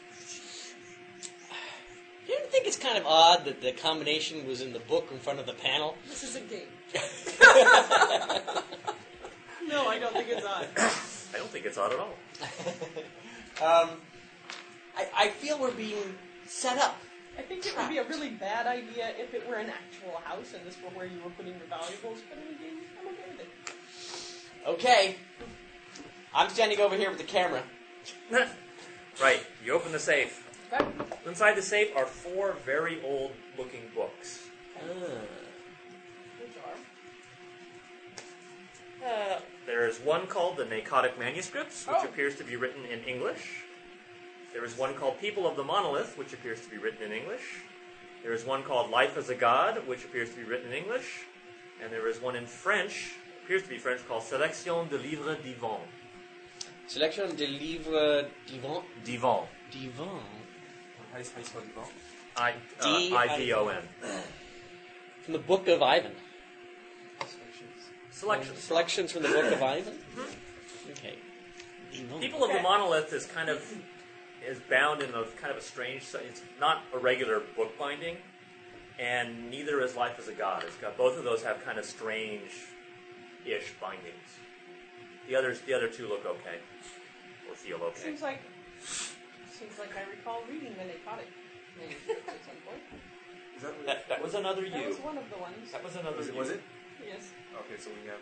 [SPEAKER 6] You don't think it's kind of odd that the combination was in the book in front of the panel?
[SPEAKER 7] This is a game.
[SPEAKER 5] No, I don't think it's odd.
[SPEAKER 2] I don't think it's odd at all.
[SPEAKER 6] Um, I, I feel we're being set up.
[SPEAKER 5] I think it would be a really bad idea if it were an actual house and this were where you were putting your valuables, but in a game, I'm okay with it.
[SPEAKER 6] Okay, I'm standing over here with the camera.
[SPEAKER 2] right, you open the safe.
[SPEAKER 7] Right.
[SPEAKER 2] Inside the safe are four very old looking books.
[SPEAKER 7] Which are?
[SPEAKER 2] Uh, there is one called The Narcotic Manuscripts, which
[SPEAKER 7] Oh.
[SPEAKER 2] appears to be written in English. There is one called People of the Monolith, which appears to be written in English. There is one called Life as a God, which appears to be written in English. And there is one in French, appears to be French, called Selection de Livres Divans.
[SPEAKER 6] Selection de livres divant.
[SPEAKER 2] Divan.
[SPEAKER 6] Divant.
[SPEAKER 4] How do you spell spell Devon?
[SPEAKER 2] I,
[SPEAKER 6] D-
[SPEAKER 2] uh, I-V-O-N.
[SPEAKER 6] From the Book of Ivan.
[SPEAKER 2] Selections.
[SPEAKER 6] Selections from the Book of Ivan? Okay. Divant.
[SPEAKER 2] People of the Monolith is kind of is bound in a kind of a strange. It's not a regular book binding, and neither is Life as a God. It's got both of those have kind of strange-ish bindings. The others, the other two look okay or feel okay.
[SPEAKER 5] Seems like seems like I recall reading the narcotic manuscript at some point.
[SPEAKER 4] Is that what
[SPEAKER 2] That, that was another
[SPEAKER 5] That
[SPEAKER 2] you.
[SPEAKER 5] was one of the ones.
[SPEAKER 2] That was another
[SPEAKER 4] was it?
[SPEAKER 2] you.
[SPEAKER 4] Was it?
[SPEAKER 5] Yes,
[SPEAKER 4] Okay, so we have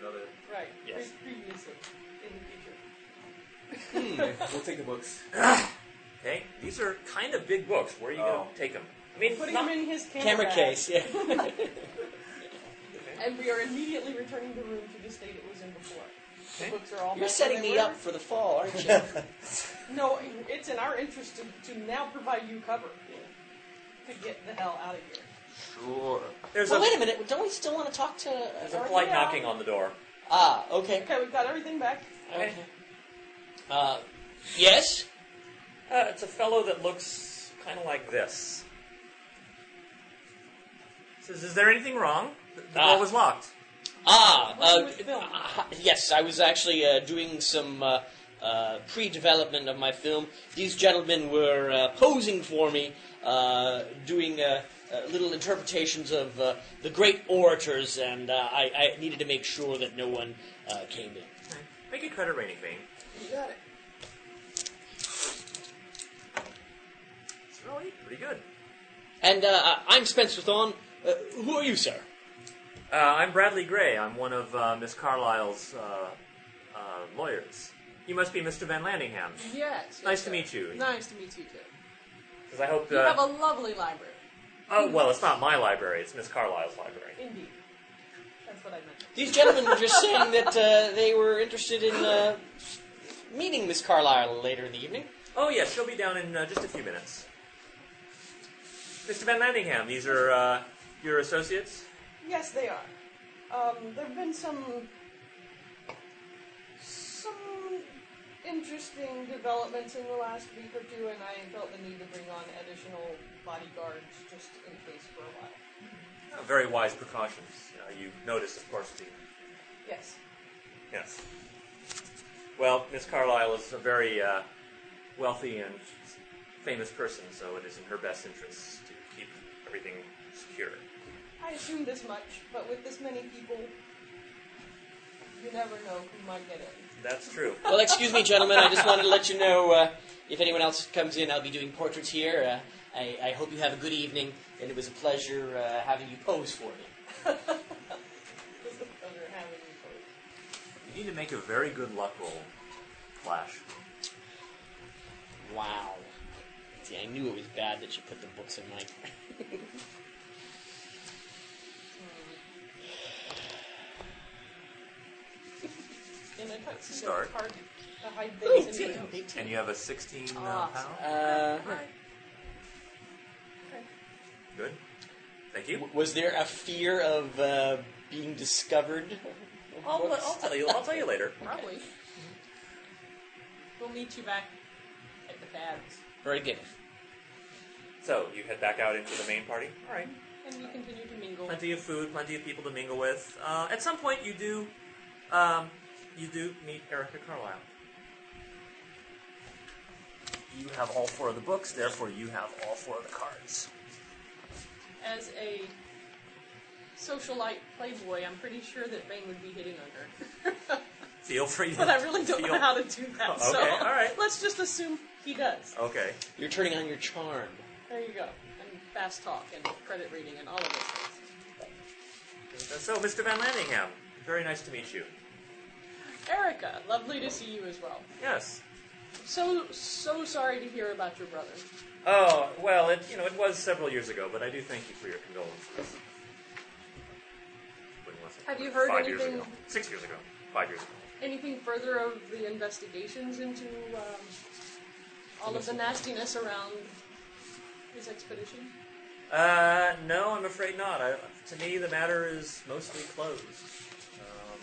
[SPEAKER 4] another.
[SPEAKER 5] right.
[SPEAKER 2] Yes.
[SPEAKER 5] Pre- previously, in the future.
[SPEAKER 4] we'll take the books.
[SPEAKER 2] Okay, these are kind of big books. Where are you going
[SPEAKER 4] Oh.
[SPEAKER 2] to take them? I mean,
[SPEAKER 5] Putting
[SPEAKER 2] not,
[SPEAKER 5] him in his camera,
[SPEAKER 6] Camera
[SPEAKER 5] bag,
[SPEAKER 6] case, yeah.
[SPEAKER 5] and we are immediately returning the room to the state it was in before. The
[SPEAKER 2] Okay.
[SPEAKER 5] books are all.
[SPEAKER 6] You're
[SPEAKER 5] back
[SPEAKER 6] setting
[SPEAKER 5] where they
[SPEAKER 6] me up
[SPEAKER 5] were.
[SPEAKER 6] for the fall, aren't you?
[SPEAKER 5] No, it's in our interest to, to now provide you cover to get the hell out of here.
[SPEAKER 4] Sure.
[SPEAKER 2] there's
[SPEAKER 6] well,
[SPEAKER 2] a
[SPEAKER 6] wait a minute. Don't we still want to talk to. uh,
[SPEAKER 2] there's a polite
[SPEAKER 5] Yeah.
[SPEAKER 2] knocking on the door.
[SPEAKER 6] Ah, okay.
[SPEAKER 5] Okay, we've got everything back.
[SPEAKER 6] Okay. Uh, yes?
[SPEAKER 2] Uh, it's a fellow that looks kind of like this. Says, "Is there anything wrong? The, the
[SPEAKER 6] Ah.
[SPEAKER 2] door was locked."
[SPEAKER 6] Ah,
[SPEAKER 5] Working
[SPEAKER 6] uh,
[SPEAKER 5] with film.
[SPEAKER 6] uh, yes, I was actually uh, doing some uh, uh, pre-development of my film. These gentlemen were uh, posing for me, uh, doing uh, uh, little interpretations of uh, the great orators, and uh, I, I needed to make sure that no one uh, came in.
[SPEAKER 2] Make a credit rating thing.
[SPEAKER 5] You got it.
[SPEAKER 2] It's really pretty good.
[SPEAKER 6] And uh, I'm Spence Thorne. Uh, who are you, sir?
[SPEAKER 2] Uh, I'm Bradley Gray. I'm one of uh, Miss Carlyle's uh, uh, lawyers. You must be Mr. Van Landingham.
[SPEAKER 7] Yes.
[SPEAKER 2] Nice to meet you.
[SPEAKER 7] Nice to meet you too.
[SPEAKER 2] Because I hope.
[SPEAKER 7] You have a
[SPEAKER 2] Uh,
[SPEAKER 7] lovely library.
[SPEAKER 2] oh well, it's not my library. It's Miss Carlyle's library.
[SPEAKER 5] Indeed. That's what I meant.
[SPEAKER 6] These gentlemen were just saying that uh, they were interested in uh, meeting Miss Carlyle later in the evening.
[SPEAKER 2] Oh yes, she'll be down in uh, just a few minutes. Mr. Van Landingham, these are uh, your associates.
[SPEAKER 5] Yes, they are. Um, there have been some some interesting developments in the last week or two, and I felt the need to bring on additional bodyguards just in case for a while.
[SPEAKER 2] Uh, very wise precautions. Uh, you noticed, of course, the
[SPEAKER 5] Yes.
[SPEAKER 2] Yes. Well, Miss Carlyle is a very uh, wealthy and famous person, so it is in her best interests to keep everything secure.
[SPEAKER 5] I assumed as much, but with this many people, never know who might get in.
[SPEAKER 2] That's true.
[SPEAKER 6] Well, excuse me, gentlemen. I just wanted to let you know uh, if anyone else comes in, I'll be doing portraits here. Uh, I, I hope you have a good evening, and it was a pleasure uh, having you pose for me.
[SPEAKER 5] Because the other having you first.
[SPEAKER 2] You need to make a very good luck roll, Flash.
[SPEAKER 6] Wow. See, I knew it was bad that you put the books in my.
[SPEAKER 5] And I can't see
[SPEAKER 2] Start.
[SPEAKER 5] the hard, the high things in there.
[SPEAKER 2] And you have a 16 uh,
[SPEAKER 5] Awesome.
[SPEAKER 2] pound.
[SPEAKER 6] Uh,
[SPEAKER 2] Good. Thank you.
[SPEAKER 6] w- was there a fear of uh, being discovered?
[SPEAKER 2] I'll,
[SPEAKER 6] Whoops.
[SPEAKER 2] I'll tell you. I'll tell you later.
[SPEAKER 7] Probably.
[SPEAKER 5] Mm-hmm.
[SPEAKER 7] We'll meet you back at the pads.
[SPEAKER 6] Very good.
[SPEAKER 2] So you head back out into the main party. All right.
[SPEAKER 7] And we continue to mingle.
[SPEAKER 2] Plenty of food. Plenty of people to mingle with. Uh, at some point, you do. Um, you do meet Erica Carlisle. You have all four of the books, therefore you have all four of the cards.
[SPEAKER 7] As a socialite playboy, I'm pretty sure that Bane would be hitting on her.
[SPEAKER 2] Feel free. to-
[SPEAKER 7] but I really don't know
[SPEAKER 2] feel-
[SPEAKER 7] how to do that,
[SPEAKER 2] Okay,
[SPEAKER 7] so
[SPEAKER 2] all right.
[SPEAKER 7] let's just assume he does.
[SPEAKER 2] Okay.
[SPEAKER 6] You're turning on your charm.
[SPEAKER 7] There you go. And fast talk and credit reading and all of those things.
[SPEAKER 2] So, Mr. Van Lanningham, very nice to meet you.
[SPEAKER 7] Erica, lovely to see you as well.
[SPEAKER 2] Yes.
[SPEAKER 7] So so sorry to hear about your brother.
[SPEAKER 2] Oh well, it you know it was several years ago, but I do thank you for your condolences. When was it?
[SPEAKER 7] Have you heard
[SPEAKER 2] Five
[SPEAKER 7] anything-
[SPEAKER 2] Years ago. Six years ago. Five years ago.
[SPEAKER 7] Anything further of the investigations into um, all of the nastiness around his expedition?
[SPEAKER 2] Uh, no, I'm afraid not. I, to me, the matter is mostly closed. Um,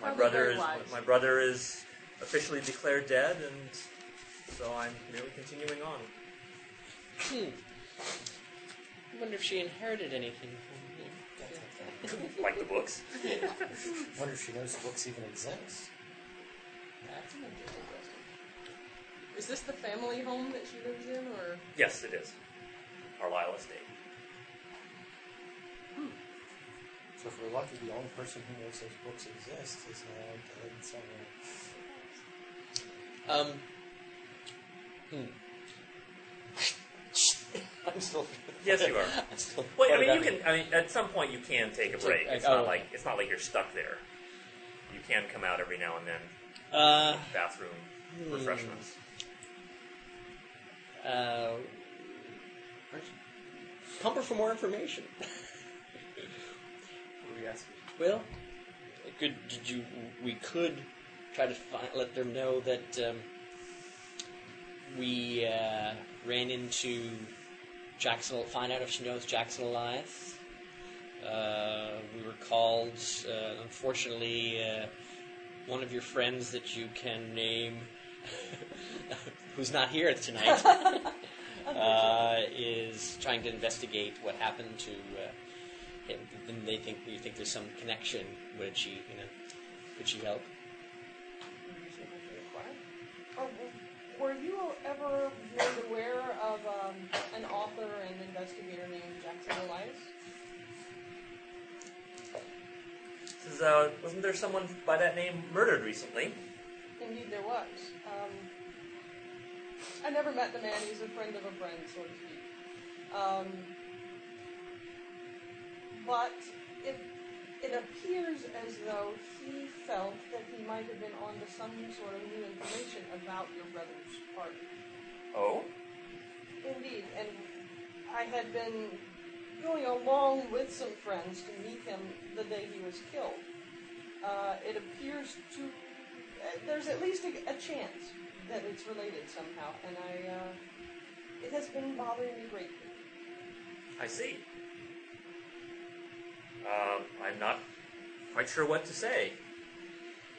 [SPEAKER 2] my
[SPEAKER 7] Probably
[SPEAKER 2] brother
[SPEAKER 7] very
[SPEAKER 2] is
[SPEAKER 7] wise.
[SPEAKER 2] my brother is officially declared dead, and so I'm merely continuing on.
[SPEAKER 6] Hmm. I wonder if she inherited anything from you.
[SPEAKER 2] Like the books.
[SPEAKER 3] wonder if she knows the books even exist.
[SPEAKER 7] Is this the family home that she lives in, or
[SPEAKER 2] Yes, it is. Carlisle Estate.
[SPEAKER 3] So if we're lucky, the only person who knows those books exist is now dead somewhere.
[SPEAKER 6] Um. Hmm. I'm still.
[SPEAKER 2] Yes, you are.
[SPEAKER 6] I'm still.
[SPEAKER 2] Well, I mean, you
[SPEAKER 6] photographing.
[SPEAKER 2] can. I mean, at some point, you can take a break.
[SPEAKER 6] Take-
[SPEAKER 2] It's
[SPEAKER 6] oh,
[SPEAKER 2] not
[SPEAKER 6] okay.
[SPEAKER 2] like it's not like you're stuck there. You can come out every now and then.
[SPEAKER 6] Uh,
[SPEAKER 2] Bathroom
[SPEAKER 6] Hmm.
[SPEAKER 2] refreshments.
[SPEAKER 6] uh, pump her for more information.
[SPEAKER 4] What were you asking?
[SPEAKER 6] Well, it could did you? We could try to find, let them know that um, we uh, ran into Jackson. Find out if she knows Jackson alive. Uh, we were called. Uh, unfortunately, uh, one of your friends that you can name, who's not here tonight, uh, is trying to investigate what happened to. Uh, and then they think you think there's some connection. Would she, you know, would she help?
[SPEAKER 5] Or w- Oh, were you ever made aware of um, an author and investigator named Jackson Elias?
[SPEAKER 2] This is, uh, wasn't there someone by that name murdered recently?
[SPEAKER 5] Indeed, there was. Um, I never met the man. He's a friend of a friend, so to speak. Um, but it, it appears as though he felt that he might have been onto some sort of new information about your brother's party.
[SPEAKER 2] Oh,
[SPEAKER 5] Indeed, and I had been going along with some friends to meet him the day he was killed. Uh, it appears to. Uh, there's at least a, a chance that it's related somehow, and I. Uh, it has been bothering me greatly.
[SPEAKER 2] I see. Um, I'm not quite sure what to say.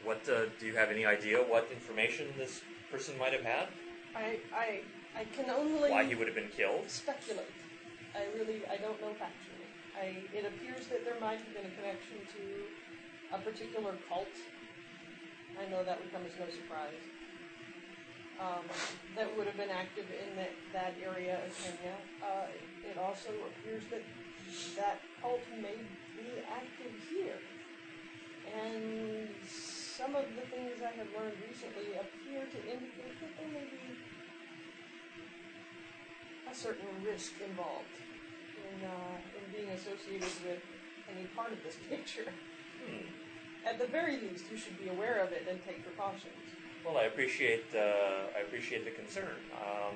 [SPEAKER 2] What uh, do you have any idea what information this person might have had?
[SPEAKER 5] I, I, I can only
[SPEAKER 2] Why he would have been killed?
[SPEAKER 5] speculate. I really. I don't know factually. I, it appears that there might have been a connection to a particular cult. I know that would come as no surprise. um, that would have been active in that, that area of Kenya. Uh, it also appears that that cult may be active here. And some of the things I have learned recently appear to indicate that there may be a certain risk involved in, uh, in being associated with any part of this picture.
[SPEAKER 2] Hmm.
[SPEAKER 5] At the very least, you should be aware of it and take precautions.
[SPEAKER 2] Well, I appreciate uh, I appreciate the concern. Um,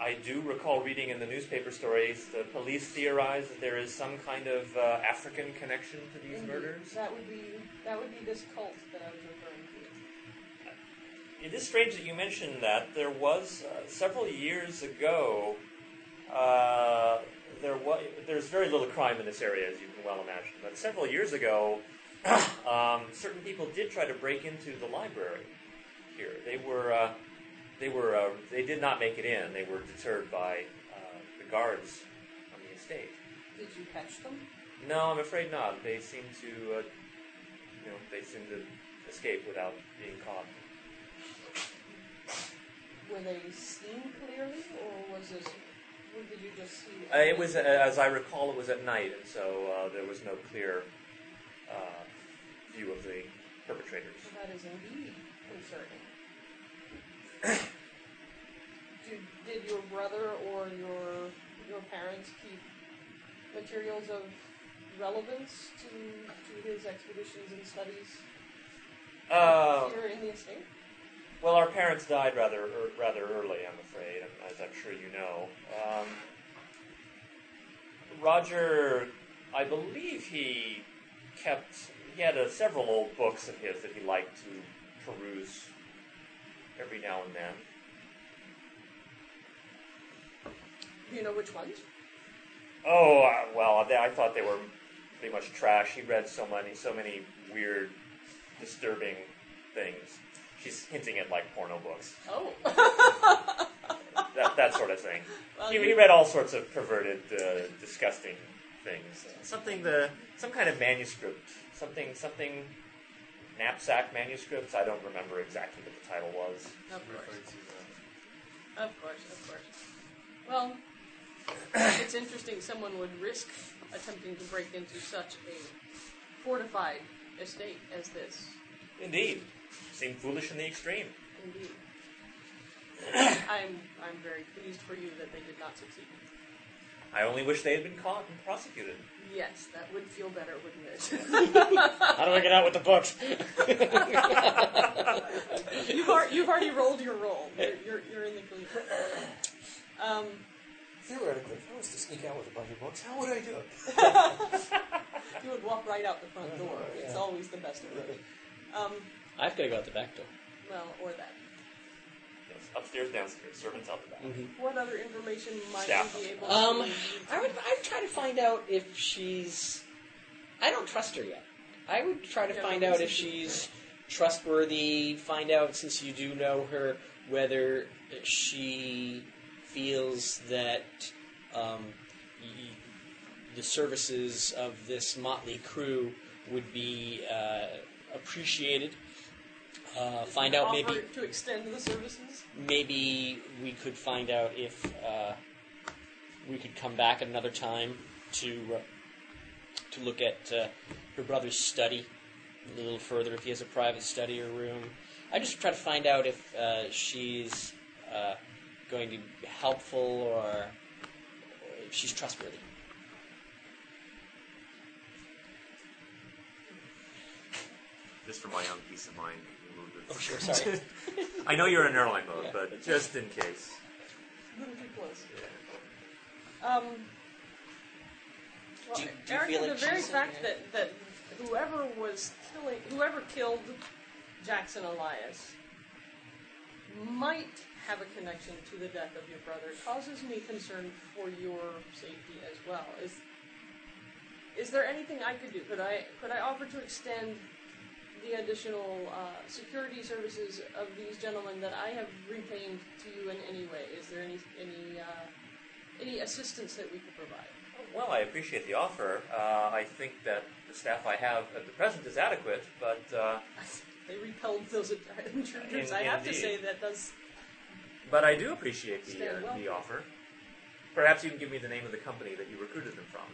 [SPEAKER 2] I do recall reading in the newspaper stories the police theorize that there is some kind of uh, African connection to these
[SPEAKER 5] Indeed,
[SPEAKER 2] murders.
[SPEAKER 5] That would be that would be this cult that I was referring to.
[SPEAKER 2] It is strange that you mentioned that. There was uh, several years ago. Uh, there was there's very little crime in this area, as you can well imagine. But several years ago, um, certain people did try to break into the library here. They were uh, they were uh, they did not make it in. They were deterred by uh, the guards on the estate.
[SPEAKER 5] Did you catch them?
[SPEAKER 2] No, I'm afraid not. They seem to uh, you know they seem to escape without being caught.
[SPEAKER 5] Were they seen clearly, or was it? Or did you just see?
[SPEAKER 2] Uh, it was, uh, as I recall, it was at night, and so uh, there was no clear uh, view of the perpetrators.
[SPEAKER 5] That is indeed concerning. did, did your brother or your your parents keep materials of relevance to to his expeditions and studies
[SPEAKER 2] Uh,
[SPEAKER 5] here in the estate?
[SPEAKER 2] well, our parents died rather er, rather early, I'm afraid, and as I'm sure you know. Um, Roger, I believe he kept he had uh, several old books of his that he liked to peruse every now and then.
[SPEAKER 5] Do you know which ones?
[SPEAKER 2] Oh uh, well, they, I thought they were pretty much trash. He read so many, so many weird, disturbing things. She's hinting at like porno books,
[SPEAKER 5] Oh,
[SPEAKER 2] that, that sort of thing.
[SPEAKER 5] well,
[SPEAKER 2] He,
[SPEAKER 5] you-
[SPEAKER 2] he read all sorts of perverted, uh, disgusting things. Something the some kind of manuscript, something something knapsack manuscripts. I don't remember exactly what the title was.
[SPEAKER 5] of course,
[SPEAKER 4] Referring to the-
[SPEAKER 7] Of course, of course. Well, it's interesting someone would risk attempting to break into such a fortified estate as this.
[SPEAKER 2] Indeed, seemed foolish in the extreme.
[SPEAKER 7] Indeed. I'm I'm very pleased for you that they did not succeed.
[SPEAKER 2] I only wish they had been caught and prosecuted.
[SPEAKER 7] Yes, that would feel better, wouldn't
[SPEAKER 6] How do I get out with the books?
[SPEAKER 5] You've, already, you've already rolled your roll. You're, you're, you're in the clear. Um,
[SPEAKER 3] Theoretically, if I was to sneak out with a bunch of books, how would I do it?
[SPEAKER 5] you would walk right out the front door. It's always the best road. Um,
[SPEAKER 6] I've got to go out the back door.
[SPEAKER 5] well, or that.
[SPEAKER 2] Yes, upstairs, downstairs, servants out the back.
[SPEAKER 5] What other information might
[SPEAKER 2] Yeah.
[SPEAKER 5] you be able to?
[SPEAKER 6] Um, I would. I'd try to find out if she's. I don't trust her yet. I would try to
[SPEAKER 5] Yeah,
[SPEAKER 6] find
[SPEAKER 5] but
[SPEAKER 6] out if
[SPEAKER 5] this is-
[SPEAKER 6] she's trustworthy. Find out since you do know her whether she feels that um, y- the services of this motley crew would be uh, appreciated. Uh, find out
[SPEAKER 5] offer
[SPEAKER 6] maybe
[SPEAKER 5] to extend the services.
[SPEAKER 6] maybe we could find out if uh, we could come back another time to uh, to look at uh, her brother's study a little further if he has a private study or room. I just try to find out if uh, she's uh, going to be helpful or if she's trustworthy.
[SPEAKER 2] Just for my own peace of mind. remove this.
[SPEAKER 6] Oh, sure, sorry.
[SPEAKER 2] I know you're in airline mode,
[SPEAKER 6] Yeah.
[SPEAKER 2] but just in case.
[SPEAKER 5] A little too close. Um,
[SPEAKER 7] Well,
[SPEAKER 6] Do you- do you
[SPEAKER 7] Eric,
[SPEAKER 6] feel
[SPEAKER 7] the
[SPEAKER 6] like
[SPEAKER 7] very
[SPEAKER 6] she's-
[SPEAKER 7] fact that, that whoever was killing, whoever killed Jackson Elias
[SPEAKER 5] might have a connection to the death of your brother causes me concern for your safety as well. Is is there anything I could do? Could I could I offer to extend the additional uh, security services of these gentlemen that I have retained to you in any way? Is there any any uh, any assistance that we could provide?
[SPEAKER 2] Well, I appreciate the offer. Uh, I think that the staff I have at the present is adequate, but uh,
[SPEAKER 5] They repelled those intruders.
[SPEAKER 2] In-
[SPEAKER 5] I have to
[SPEAKER 2] indeed.
[SPEAKER 5] say that does
[SPEAKER 2] but I do appreciate the
[SPEAKER 5] Stand
[SPEAKER 2] uh,
[SPEAKER 5] well.
[SPEAKER 2] the offer. Perhaps you can give me the name of the company that you recruited them from,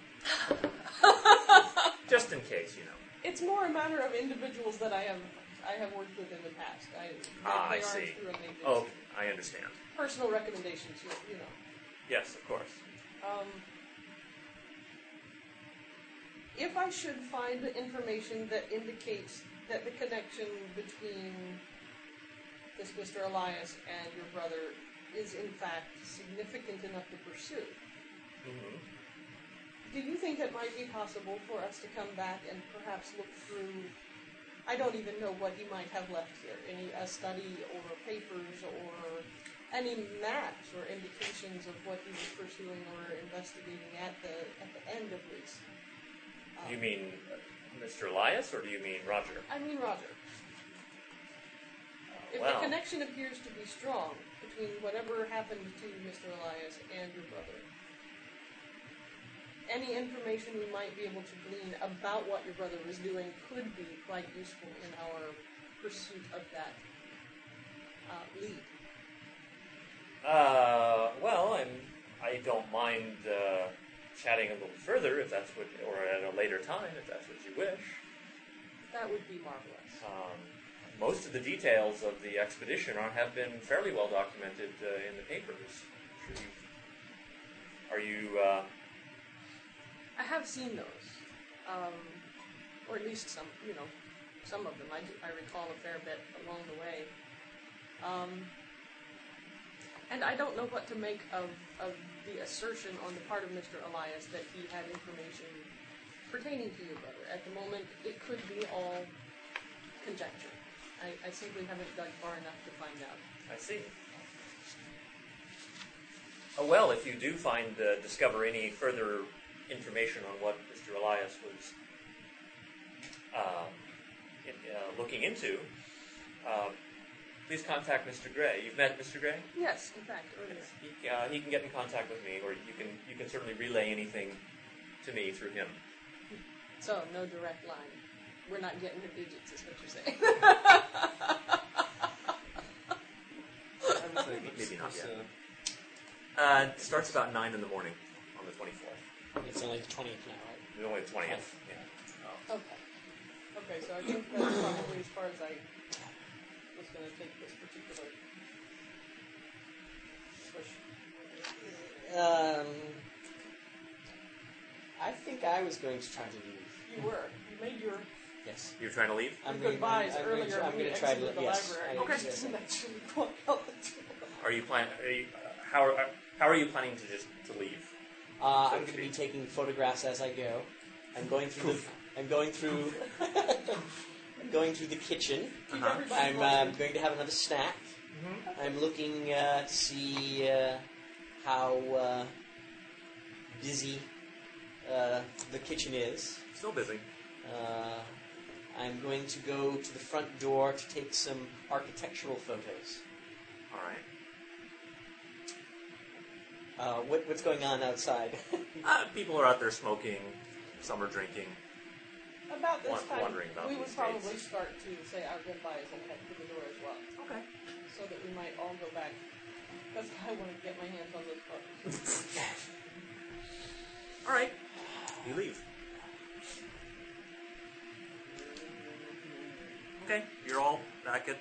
[SPEAKER 2] just in case, you know.
[SPEAKER 5] It's more a matter of individuals that I have I have worked with in the past. I
[SPEAKER 2] Ah,
[SPEAKER 5] they
[SPEAKER 2] I
[SPEAKER 5] aren't
[SPEAKER 2] see.
[SPEAKER 5] through an agency.
[SPEAKER 2] Oh, I understand.
[SPEAKER 5] personal recommendations, you, you know.
[SPEAKER 2] Yes, of course.
[SPEAKER 5] Um, if I should find the information that indicates that the connection between this Mr. Elias and your brother is in fact significant enough to pursue,
[SPEAKER 2] hmm
[SPEAKER 5] Do you think it might be possible for us to come back and perhaps look through? I don't even know what he might have left here. Any a study or papers or any maps or indications of what he was pursuing or investigating at the at the end of his. um,
[SPEAKER 2] You mean uh, Mr. Elias, or do you mean Roger?
[SPEAKER 5] I mean Roger. If
[SPEAKER 2] Well.
[SPEAKER 5] the connection appears to be strong between whatever happened to Mr. Elias and your brother, any information we might be able to glean about what your brother was doing could be quite useful in our pursuit of that uh, lead.
[SPEAKER 2] Uh, well, I'm. I don't mind uh, chatting a little further if that's what, or at a later time if that's what you wish.
[SPEAKER 5] That would be marvelous.
[SPEAKER 2] Um, most of the details of the expedition are, have been fairly well documented uh, in the papers. Should you, are you? Uh,
[SPEAKER 5] I have seen those, um, or at least some. You know, some of them. I, do- I recall a fair bit along the way, um, and I don't know what to make of of the assertion on the part of Mr. Elias that he had information pertaining to your brother. At the moment, it could be all conjecture. I, I simply haven't dug far enough to find out.
[SPEAKER 2] I see. Oh, well, if you do find uh, discover any further information on what Mr. Elias was um, in, uh, looking into, uh, please contact Mr. Gray. You've met Mr. Gray.
[SPEAKER 5] Yes, in fact, earlier.
[SPEAKER 2] He, uh, he can get in contact with me, or you can you can certainly relay anything to me through him.
[SPEAKER 5] So no direct line. We're not getting the digits, is what you're saying.
[SPEAKER 3] I
[SPEAKER 2] Maybe not yet. Uh, it starts about nine in the morning on the twenty fourth.
[SPEAKER 8] It's only the 20th now, right?
[SPEAKER 2] It's only the twentieth. Yeah.
[SPEAKER 5] Okay. Okay, so I think that's probably as far as I was going to take this particular question.
[SPEAKER 6] Um, I think I was going to try to leave.
[SPEAKER 5] You were. You made your
[SPEAKER 6] Yes.
[SPEAKER 2] You're trying to leave?
[SPEAKER 6] I'm
[SPEAKER 5] your
[SPEAKER 6] going-
[SPEAKER 5] goodbyes
[SPEAKER 6] I'm, I'm
[SPEAKER 5] earlier.
[SPEAKER 6] Going to, I'm
[SPEAKER 5] when
[SPEAKER 6] going
[SPEAKER 5] you
[SPEAKER 6] to try to
[SPEAKER 5] exited the
[SPEAKER 6] yes.
[SPEAKER 5] library.
[SPEAKER 6] I
[SPEAKER 5] Okay,
[SPEAKER 6] yes,
[SPEAKER 5] so
[SPEAKER 6] I-
[SPEAKER 5] that's really going out the door.
[SPEAKER 2] Are you plan? Are you, uh, how are how are you planning to just to leave?
[SPEAKER 6] Uh,
[SPEAKER 2] So
[SPEAKER 6] I'm
[SPEAKER 2] to
[SPEAKER 6] going to be
[SPEAKER 2] speak.
[SPEAKER 6] taking photographs as I go. I'm going through. The, I'm going through. I'm going through the kitchen.
[SPEAKER 5] Keep
[SPEAKER 2] Uh-huh.
[SPEAKER 5] everybody
[SPEAKER 6] I'm um,
[SPEAKER 5] watching.
[SPEAKER 6] going to have another snack.
[SPEAKER 2] Mm-hmm.
[SPEAKER 6] I'm looking uh, to see uh, how uh, busy uh, the kitchen is.
[SPEAKER 2] Still busy.
[SPEAKER 6] Uh, I'm going to go to the front door to take some architectural photos.
[SPEAKER 2] All right.
[SPEAKER 6] Uh, what, what's going on outside?
[SPEAKER 2] Uh, people are out there smoking. Some are drinking.
[SPEAKER 5] about this
[SPEAKER 2] wan-
[SPEAKER 5] time,
[SPEAKER 2] wandering about these
[SPEAKER 5] we would
[SPEAKER 2] days.
[SPEAKER 5] probably start to say our goodbyes and head to the door as well,
[SPEAKER 2] Okay.
[SPEAKER 5] so that we might all go back. That's why I want to get my hands on those books.
[SPEAKER 2] All right. You leave. Okay. You're all back at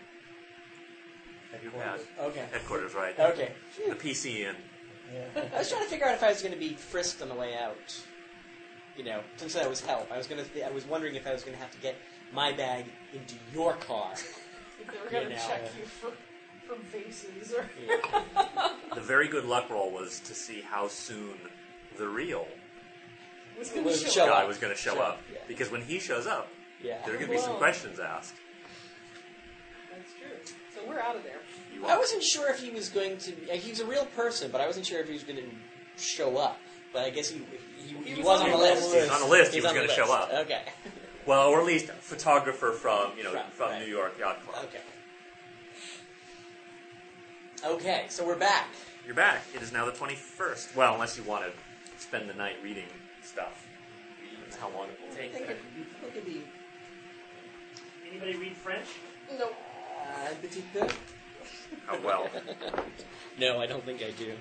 [SPEAKER 2] at your pad.
[SPEAKER 6] okay.
[SPEAKER 2] headquarters, right?
[SPEAKER 6] Okay.
[SPEAKER 2] The PC in.
[SPEAKER 9] Yeah.
[SPEAKER 6] I was trying to figure out if I was going to be frisked on the way out. You know, since that was help, I was going to. Th- I was wondering if I was going to have to get my bag into your car.
[SPEAKER 5] If they were going to
[SPEAKER 6] Yeah, now,
[SPEAKER 5] check
[SPEAKER 6] uh,
[SPEAKER 5] you for, for bases or.
[SPEAKER 2] The very good luck roll was to see how soon the real
[SPEAKER 5] was going
[SPEAKER 6] Was
[SPEAKER 5] to show
[SPEAKER 6] show-
[SPEAKER 2] guy
[SPEAKER 6] up.
[SPEAKER 2] was going to show
[SPEAKER 6] Show
[SPEAKER 2] up.
[SPEAKER 6] up, yeah.
[SPEAKER 2] Because when he shows up,
[SPEAKER 6] Yeah.
[SPEAKER 2] there are going to be some
[SPEAKER 5] Whoa.
[SPEAKER 2] questions asked.
[SPEAKER 5] That's true. So we're out of there.
[SPEAKER 2] You
[SPEAKER 6] I wasn't sure if he was going to. Be, he was a real person, but I wasn't sure if he was going to show up. But I guess he he, he,
[SPEAKER 5] was
[SPEAKER 6] was on
[SPEAKER 5] on
[SPEAKER 6] the
[SPEAKER 5] the
[SPEAKER 6] list.
[SPEAKER 5] list. He
[SPEAKER 2] was on the list. He
[SPEAKER 6] He's
[SPEAKER 2] was
[SPEAKER 6] on the
[SPEAKER 2] gonna show
[SPEAKER 6] list.
[SPEAKER 2] up.
[SPEAKER 6] Okay.
[SPEAKER 2] Well, or at least a photographer from you know
[SPEAKER 6] Right,
[SPEAKER 2] from
[SPEAKER 6] right.
[SPEAKER 2] New York Yacht Club.
[SPEAKER 6] Okay. Okay. So we're back.
[SPEAKER 2] You're back. It is now the 21st. Well, unless you want to spend the night reading stuff. That's how long it will
[SPEAKER 6] I
[SPEAKER 2] take.
[SPEAKER 6] think it, it could be
[SPEAKER 10] Anybody read French?
[SPEAKER 5] No.
[SPEAKER 6] uh, in particular.
[SPEAKER 2] Oh, well.
[SPEAKER 6] No, I don't think I do.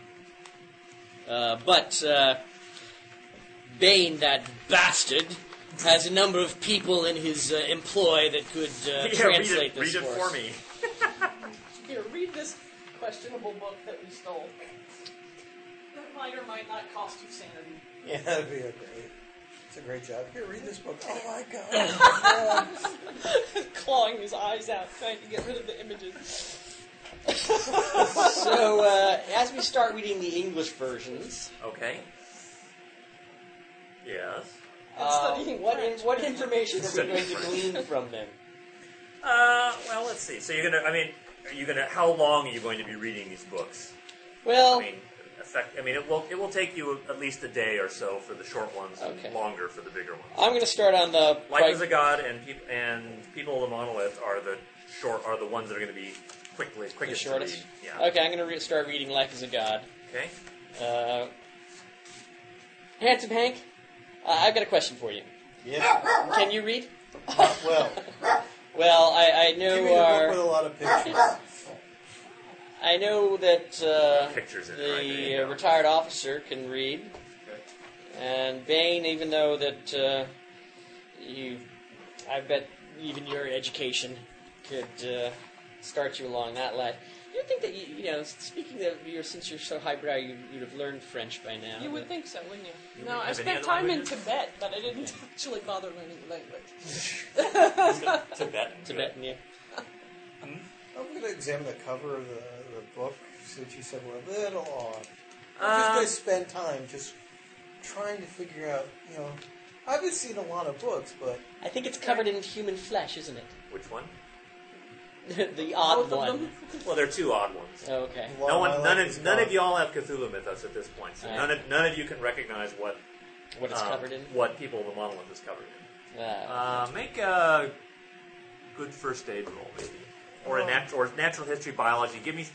[SPEAKER 6] Uh, but uh, Bane, that bastard, has a number of people in his uh, employ that could uh,
[SPEAKER 2] yeah, read
[SPEAKER 6] translate
[SPEAKER 2] it, read
[SPEAKER 6] this
[SPEAKER 2] it
[SPEAKER 6] us.
[SPEAKER 2] for me.
[SPEAKER 5] Here, read this questionable book that we stole. That might or might not cost you sanity.
[SPEAKER 3] Yeah, that'd be a great. It's a great job. Here, read this book. Oh my god. Oh my God.
[SPEAKER 5] Clawing his eyes out, trying to get rid of the images.
[SPEAKER 6] So uh, as we start reading the English versions,
[SPEAKER 2] Okay. Yes.
[SPEAKER 6] uh,
[SPEAKER 5] studying
[SPEAKER 6] what in,
[SPEAKER 5] French.
[SPEAKER 6] what information are we
[SPEAKER 2] Studying
[SPEAKER 6] going to glean from them?
[SPEAKER 2] Uh, well, let's see. So you're gonna. I mean, are you gonna? How long are you going to be reading these books? I
[SPEAKER 6] Well,
[SPEAKER 2] mean, effect. I mean, it will. It will take you at least a day or so for the short ones,
[SPEAKER 6] Okay.
[SPEAKER 2] and longer for the bigger ones.
[SPEAKER 6] I'm going to start on the
[SPEAKER 2] Life
[SPEAKER 6] right-
[SPEAKER 2] is a God and people and people of the monolith are the short are the ones that are going to be quickly
[SPEAKER 6] the
[SPEAKER 2] quickest
[SPEAKER 6] shortest.
[SPEAKER 2] to read. Yeah.
[SPEAKER 6] Okay, I'm going to re- start reading Life is a God.
[SPEAKER 2] Okay.
[SPEAKER 6] Uh, Handsome Hank, uh, I've got a question for you.
[SPEAKER 3] Yeah.
[SPEAKER 6] Can you read?
[SPEAKER 3] Well,
[SPEAKER 6] Well, I, I
[SPEAKER 3] give me
[SPEAKER 6] know
[SPEAKER 3] the book with a
[SPEAKER 6] our,
[SPEAKER 3] lot of pictures.
[SPEAKER 6] I know that uh,
[SPEAKER 2] Pictures in it, right? There you
[SPEAKER 6] the uh,
[SPEAKER 2] go.
[SPEAKER 6] retired officer can read,
[SPEAKER 4] Okay.
[SPEAKER 6] and Bane, even though that uh, you, I bet even your education could uh, start you along that line. You think that you, you know, speaking of your, since you're so highbrow, you, you'd have learned French by now.
[SPEAKER 5] You would
[SPEAKER 6] but-
[SPEAKER 5] think so, wouldn't you?
[SPEAKER 2] You
[SPEAKER 5] no,
[SPEAKER 2] wouldn't
[SPEAKER 5] I
[SPEAKER 2] have any
[SPEAKER 5] spent
[SPEAKER 2] other
[SPEAKER 5] time
[SPEAKER 2] languages?
[SPEAKER 5] in Tibet, but I didn't actually bother learning the language.
[SPEAKER 2] Tibetan.
[SPEAKER 6] Tibetan, yeah.
[SPEAKER 3] I'm going to examine the cover of the, the book since you said we're a little off. I'm just
[SPEAKER 2] Uh,
[SPEAKER 3] going to spend time just trying to figure out, you know, I haven't seen a lot of books, but
[SPEAKER 6] I think it's covered in human flesh, isn't
[SPEAKER 2] which one?
[SPEAKER 6] it? the odd
[SPEAKER 5] Both of
[SPEAKER 6] one.
[SPEAKER 5] them?
[SPEAKER 2] Well, there are two odd ones.
[SPEAKER 6] Oh, okay.
[SPEAKER 3] a lot
[SPEAKER 2] No
[SPEAKER 3] of
[SPEAKER 2] one,
[SPEAKER 3] my
[SPEAKER 2] none
[SPEAKER 3] life
[SPEAKER 2] of
[SPEAKER 3] is
[SPEAKER 2] none of
[SPEAKER 3] gone.
[SPEAKER 2] y'all have Cthulhu mythos at this point, so
[SPEAKER 6] Right.
[SPEAKER 2] none of none of you can recognize what
[SPEAKER 6] What it's
[SPEAKER 2] uh,
[SPEAKER 6] covered in.
[SPEAKER 2] what people of the monolith is covered in.
[SPEAKER 6] Uh,
[SPEAKER 2] Uh, make a good first aid roll, maybe, or a nat- or natural history, biology. Give me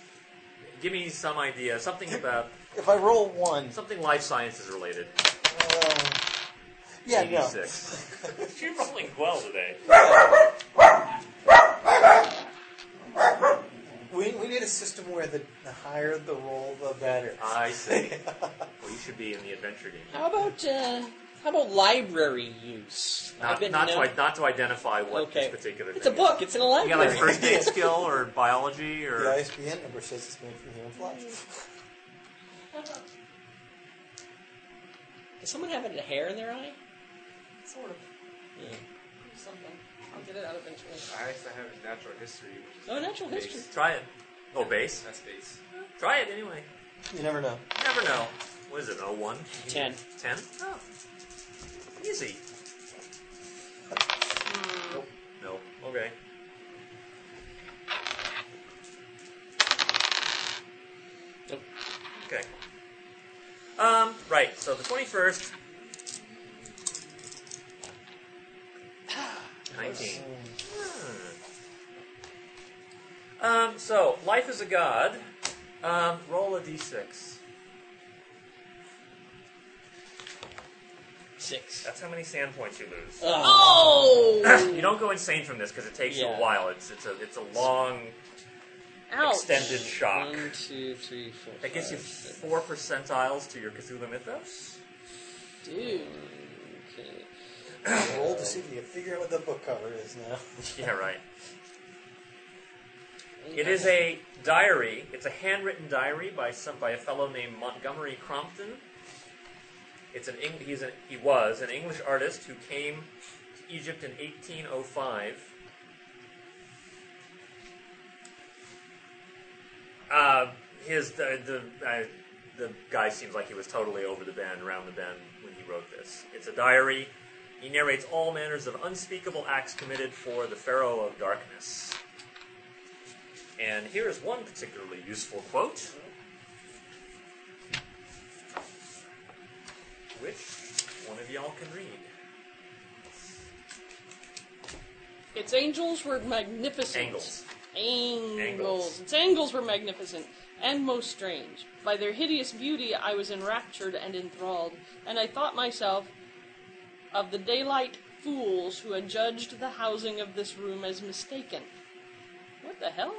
[SPEAKER 2] give me some idea, something about
[SPEAKER 3] If I roll one,
[SPEAKER 2] something life sciences related.
[SPEAKER 3] um, yeah, no.
[SPEAKER 2] 86. You're rolling well today.
[SPEAKER 3] We, we need a system where the, the higher the roll, the better.
[SPEAKER 2] I see. Well, you should be in the adventure game.
[SPEAKER 6] how about uh, how about library use?
[SPEAKER 2] Not, not, to,
[SPEAKER 6] known-
[SPEAKER 2] i- not to identify what
[SPEAKER 6] Okay.
[SPEAKER 2] this particular
[SPEAKER 6] It's a
[SPEAKER 2] thing is.
[SPEAKER 6] book. It's in a
[SPEAKER 2] You
[SPEAKER 6] library.
[SPEAKER 2] got like first aid skill or biology or
[SPEAKER 3] The ISBN number says it's made from human flesh.
[SPEAKER 6] Does someone have a hair in their eye?
[SPEAKER 5] Sort of.
[SPEAKER 6] Yeah.
[SPEAKER 5] Something. I'll get it out eventually.
[SPEAKER 4] I actually have a natural history. Which is
[SPEAKER 6] Oh, natural
[SPEAKER 4] base.
[SPEAKER 6] history.
[SPEAKER 2] try it. Oh, base.
[SPEAKER 4] That's base.
[SPEAKER 2] Try it anyway.
[SPEAKER 3] You never know.
[SPEAKER 2] You never know. What is it? Oh, one.
[SPEAKER 6] Ten.
[SPEAKER 2] Ten? Oh, easy. Nope. Nope. Okay.
[SPEAKER 6] Nope.
[SPEAKER 2] Okay. Um. Right. So the twenty-first. Nineteen. Hmm. Um. So life is a god. Um. Roll a d6.
[SPEAKER 6] Six.
[SPEAKER 2] That's how many sand points you lose.
[SPEAKER 6] Oh.
[SPEAKER 7] Oh!
[SPEAKER 2] You don't go insane from this because it takes you
[SPEAKER 6] Yeah.
[SPEAKER 2] a while. It's it's a it's a long
[SPEAKER 7] Ouch.
[SPEAKER 2] extended shock.
[SPEAKER 6] One, two, three, four.
[SPEAKER 2] That gives you
[SPEAKER 6] five, six.
[SPEAKER 2] four percentiles to your Cthulhu Mythos.
[SPEAKER 7] Dude.
[SPEAKER 6] Okay.
[SPEAKER 3] Roll to see if you can figure out what the book cover is now.
[SPEAKER 2] Yeah, right. It is a diary. It's a handwritten diary by some by a fellow named Montgomery Crompton. It's an Eng- he's an, he was an English artist who came to Egypt in 1805. Uh, his the the, uh, the guy seems like he was totally over the bend, around the bend when he wrote this. It's a diary. He narrates all manners of unspeakable acts committed for the Pharaoh of Darkness. And here is one particularly useful quote, which one of y'all can read.
[SPEAKER 5] Its angels were magnificent.
[SPEAKER 2] Angles.
[SPEAKER 5] Angles.
[SPEAKER 2] Angles.
[SPEAKER 5] Its angles were magnificent and most strange. By their hideous beauty, I was enraptured and enthralled, and I thought myself of the daylight fools who had judged the housing of this room as mistaken. What the hell?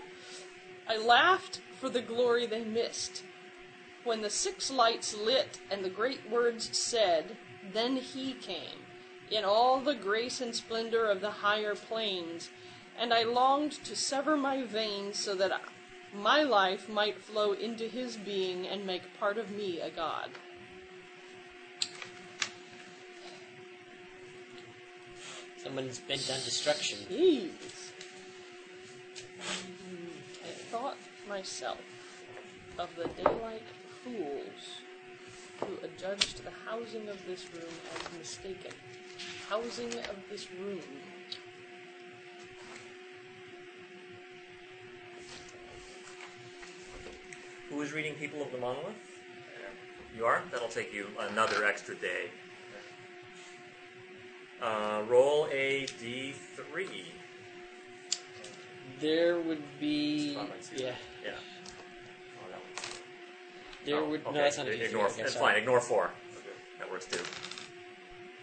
[SPEAKER 5] I laughed for the glory they missed. When the six lights lit and the great words said, then he came.
[SPEAKER 7] in all the grace and splendor of the higher planes, and I longed to sever my veins so that my life might flow into his being and make part of me a god.
[SPEAKER 6] Someone's bent on destruction.
[SPEAKER 7] Jeez. I thought myself of the daylight fools who adjudged the housing of this room as mistaken. Housing of this room.
[SPEAKER 2] Who is reading People of the Monolith? You are? That'll take you another extra day. Uh, roll a d3.
[SPEAKER 6] There would be.
[SPEAKER 4] Spot right, see
[SPEAKER 6] Yeah.
[SPEAKER 2] Yeah.
[SPEAKER 6] There
[SPEAKER 2] Oh,
[SPEAKER 6] would.
[SPEAKER 2] okay.
[SPEAKER 6] No, that's not a
[SPEAKER 2] Ignore,
[SPEAKER 6] D3, okay,
[SPEAKER 2] It's
[SPEAKER 6] sorry.
[SPEAKER 2] fine. Ignore four.
[SPEAKER 4] Okay.
[SPEAKER 2] That works too.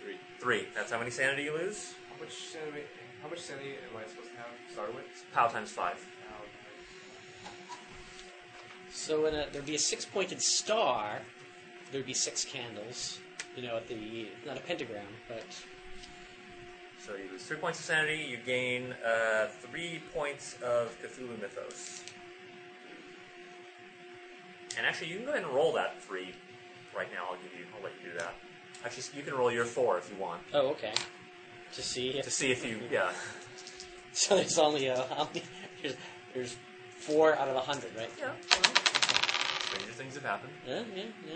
[SPEAKER 4] Three.
[SPEAKER 2] Three. That's how many sanity you lose?
[SPEAKER 4] How much sanity? How much sanity am I supposed to have? to Start with.
[SPEAKER 2] Pow times five.
[SPEAKER 4] Now,
[SPEAKER 6] So in a, there'd be a six-pointed star. There'd be six candles. You know, at the not a pentagram, but
[SPEAKER 2] So you lose three points of sanity. You gain uh, three points of Cthulhu Mythos. And actually, you can go ahead and roll that three right now. I'll give you. I'll let you do that. Actually, you can roll your four if you want
[SPEAKER 6] oh, okay. To see.
[SPEAKER 2] to see if you. Yeah.
[SPEAKER 6] So there's only a, how many- there's, there's four out of a hundred, right?
[SPEAKER 2] Yeah. Stranger things have happened.
[SPEAKER 6] Yeah, yeah, yeah.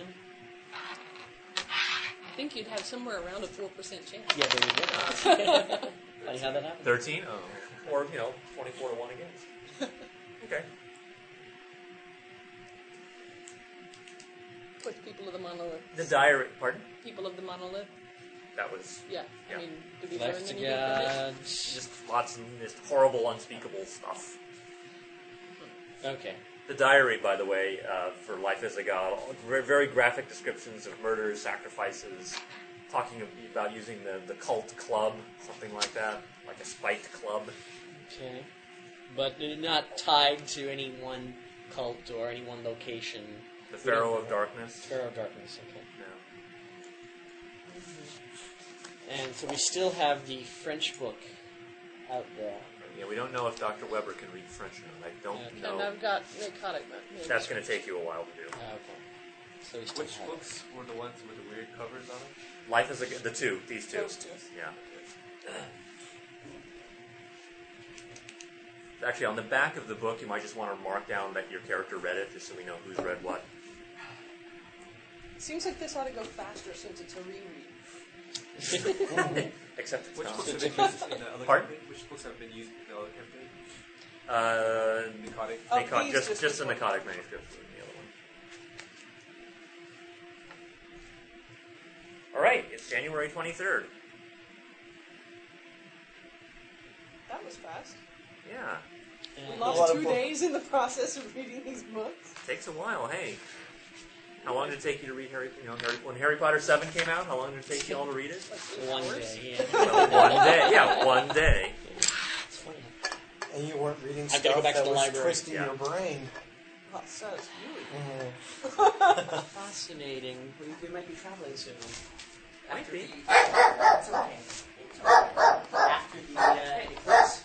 [SPEAKER 7] I think you'd have somewhere around a 4% chance.
[SPEAKER 6] Yeah, there you go. Funny how that happened.
[SPEAKER 2] Thirteen. Oh. Or you know, twenty-four to one again. okay.
[SPEAKER 7] With people of the monolith.
[SPEAKER 2] The diary. Pardon.
[SPEAKER 7] People of the monolith.
[SPEAKER 2] That was
[SPEAKER 7] Yeah.
[SPEAKER 2] Yeah.
[SPEAKER 7] I mean, did we learn
[SPEAKER 6] Left to
[SPEAKER 7] anything from this?
[SPEAKER 6] God.
[SPEAKER 2] just lots of just horrible, unspeakable stuff.
[SPEAKER 6] Okay.
[SPEAKER 2] The diary, by the way, uh, for Life as a God, ver- very graphic descriptions of murders, sacrifices, talking ab- about using the, the cult club, something like that, like a spiked club.
[SPEAKER 6] Okay. But they're not tied to any one cult or any one location.
[SPEAKER 2] The Pharaoh of Darkness.
[SPEAKER 6] Pharaoh of Darkness, okay.
[SPEAKER 2] No.
[SPEAKER 6] And so we still have the French book out there.
[SPEAKER 2] Yeah, we don't know if Dr. Weber can read French now. I don't
[SPEAKER 6] Okay.
[SPEAKER 2] know.
[SPEAKER 7] And I've got narcotic. maybe.
[SPEAKER 2] That's going to take you a while to do.
[SPEAKER 6] Ah, okay. So we still
[SPEAKER 4] Which
[SPEAKER 6] have it.
[SPEAKER 4] books were the ones with the weird covers on them?
[SPEAKER 2] Life as a God, the two, these two.
[SPEAKER 5] Those two.
[SPEAKER 2] Yeah. Actually, on the back of the book, you might just want to mark down that your character read it, just so we know who's read what.
[SPEAKER 5] Seems like this ought to go faster since it's a reread.
[SPEAKER 2] Except it's
[SPEAKER 4] Which
[SPEAKER 2] not.
[SPEAKER 4] books have been used in the other
[SPEAKER 2] Pardon?
[SPEAKER 4] campaign? Which books have been used in the other campaign?
[SPEAKER 2] Uh,
[SPEAKER 4] Narcotic.
[SPEAKER 5] Oh,
[SPEAKER 2] Nico-
[SPEAKER 5] these
[SPEAKER 2] just just
[SPEAKER 5] just
[SPEAKER 2] the
[SPEAKER 5] this one.
[SPEAKER 2] narcotic manuscript. was the other one. All right, it's January twenty third.
[SPEAKER 5] That was fast.
[SPEAKER 2] Yeah,
[SPEAKER 5] We
[SPEAKER 6] And-
[SPEAKER 3] lot
[SPEAKER 5] lost
[SPEAKER 3] of
[SPEAKER 5] two
[SPEAKER 3] books.
[SPEAKER 5] days in the process of reading these books.
[SPEAKER 2] takes a while. Hey, how long did it take you to read Harry? You know, Harry, when Harry Potter seven came out, how long did it take you all to read it?
[SPEAKER 6] One
[SPEAKER 5] Hours?
[SPEAKER 6] day, yeah.
[SPEAKER 2] Well, one day. Yeah, one day.
[SPEAKER 6] It's funny.
[SPEAKER 3] And you weren't reading
[SPEAKER 6] gotta
[SPEAKER 3] stuff
[SPEAKER 6] go back to
[SPEAKER 3] that
[SPEAKER 6] the
[SPEAKER 3] was
[SPEAKER 6] library.
[SPEAKER 3] twisting
[SPEAKER 2] Yeah.
[SPEAKER 3] your brain.
[SPEAKER 5] Oh, so it's really
[SPEAKER 3] Mhm.
[SPEAKER 6] Fascinating. We, we might be traveling soon.
[SPEAKER 2] Might be.
[SPEAKER 11] It's okay. It's okay. After the uh, eclipse.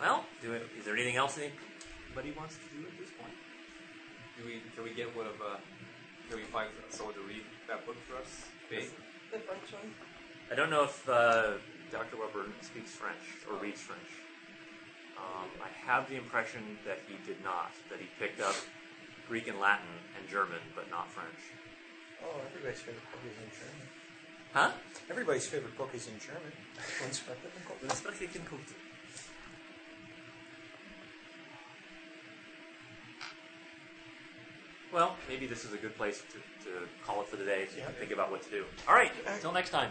[SPEAKER 2] Well, do it. Is there anything else anybody wants to do at this point?
[SPEAKER 4] Do we? Can we get one of? Uh, can we find someone to read that book for us? Bing?
[SPEAKER 5] the French one.
[SPEAKER 2] I don't know if uh, Dr. Weber speaks French or reads French. Um, I have the impression that he did not, that he picked up Greek and Latin and German, but not French.
[SPEAKER 3] Oh, everybody's favorite book is in German.
[SPEAKER 2] Huh?
[SPEAKER 3] Everybody's favorite book is in German. One's favorite book.
[SPEAKER 2] Well, maybe this is a good place to, to call it for the day so you
[SPEAKER 3] Yeah.
[SPEAKER 2] can think about what to do. All right, until next time.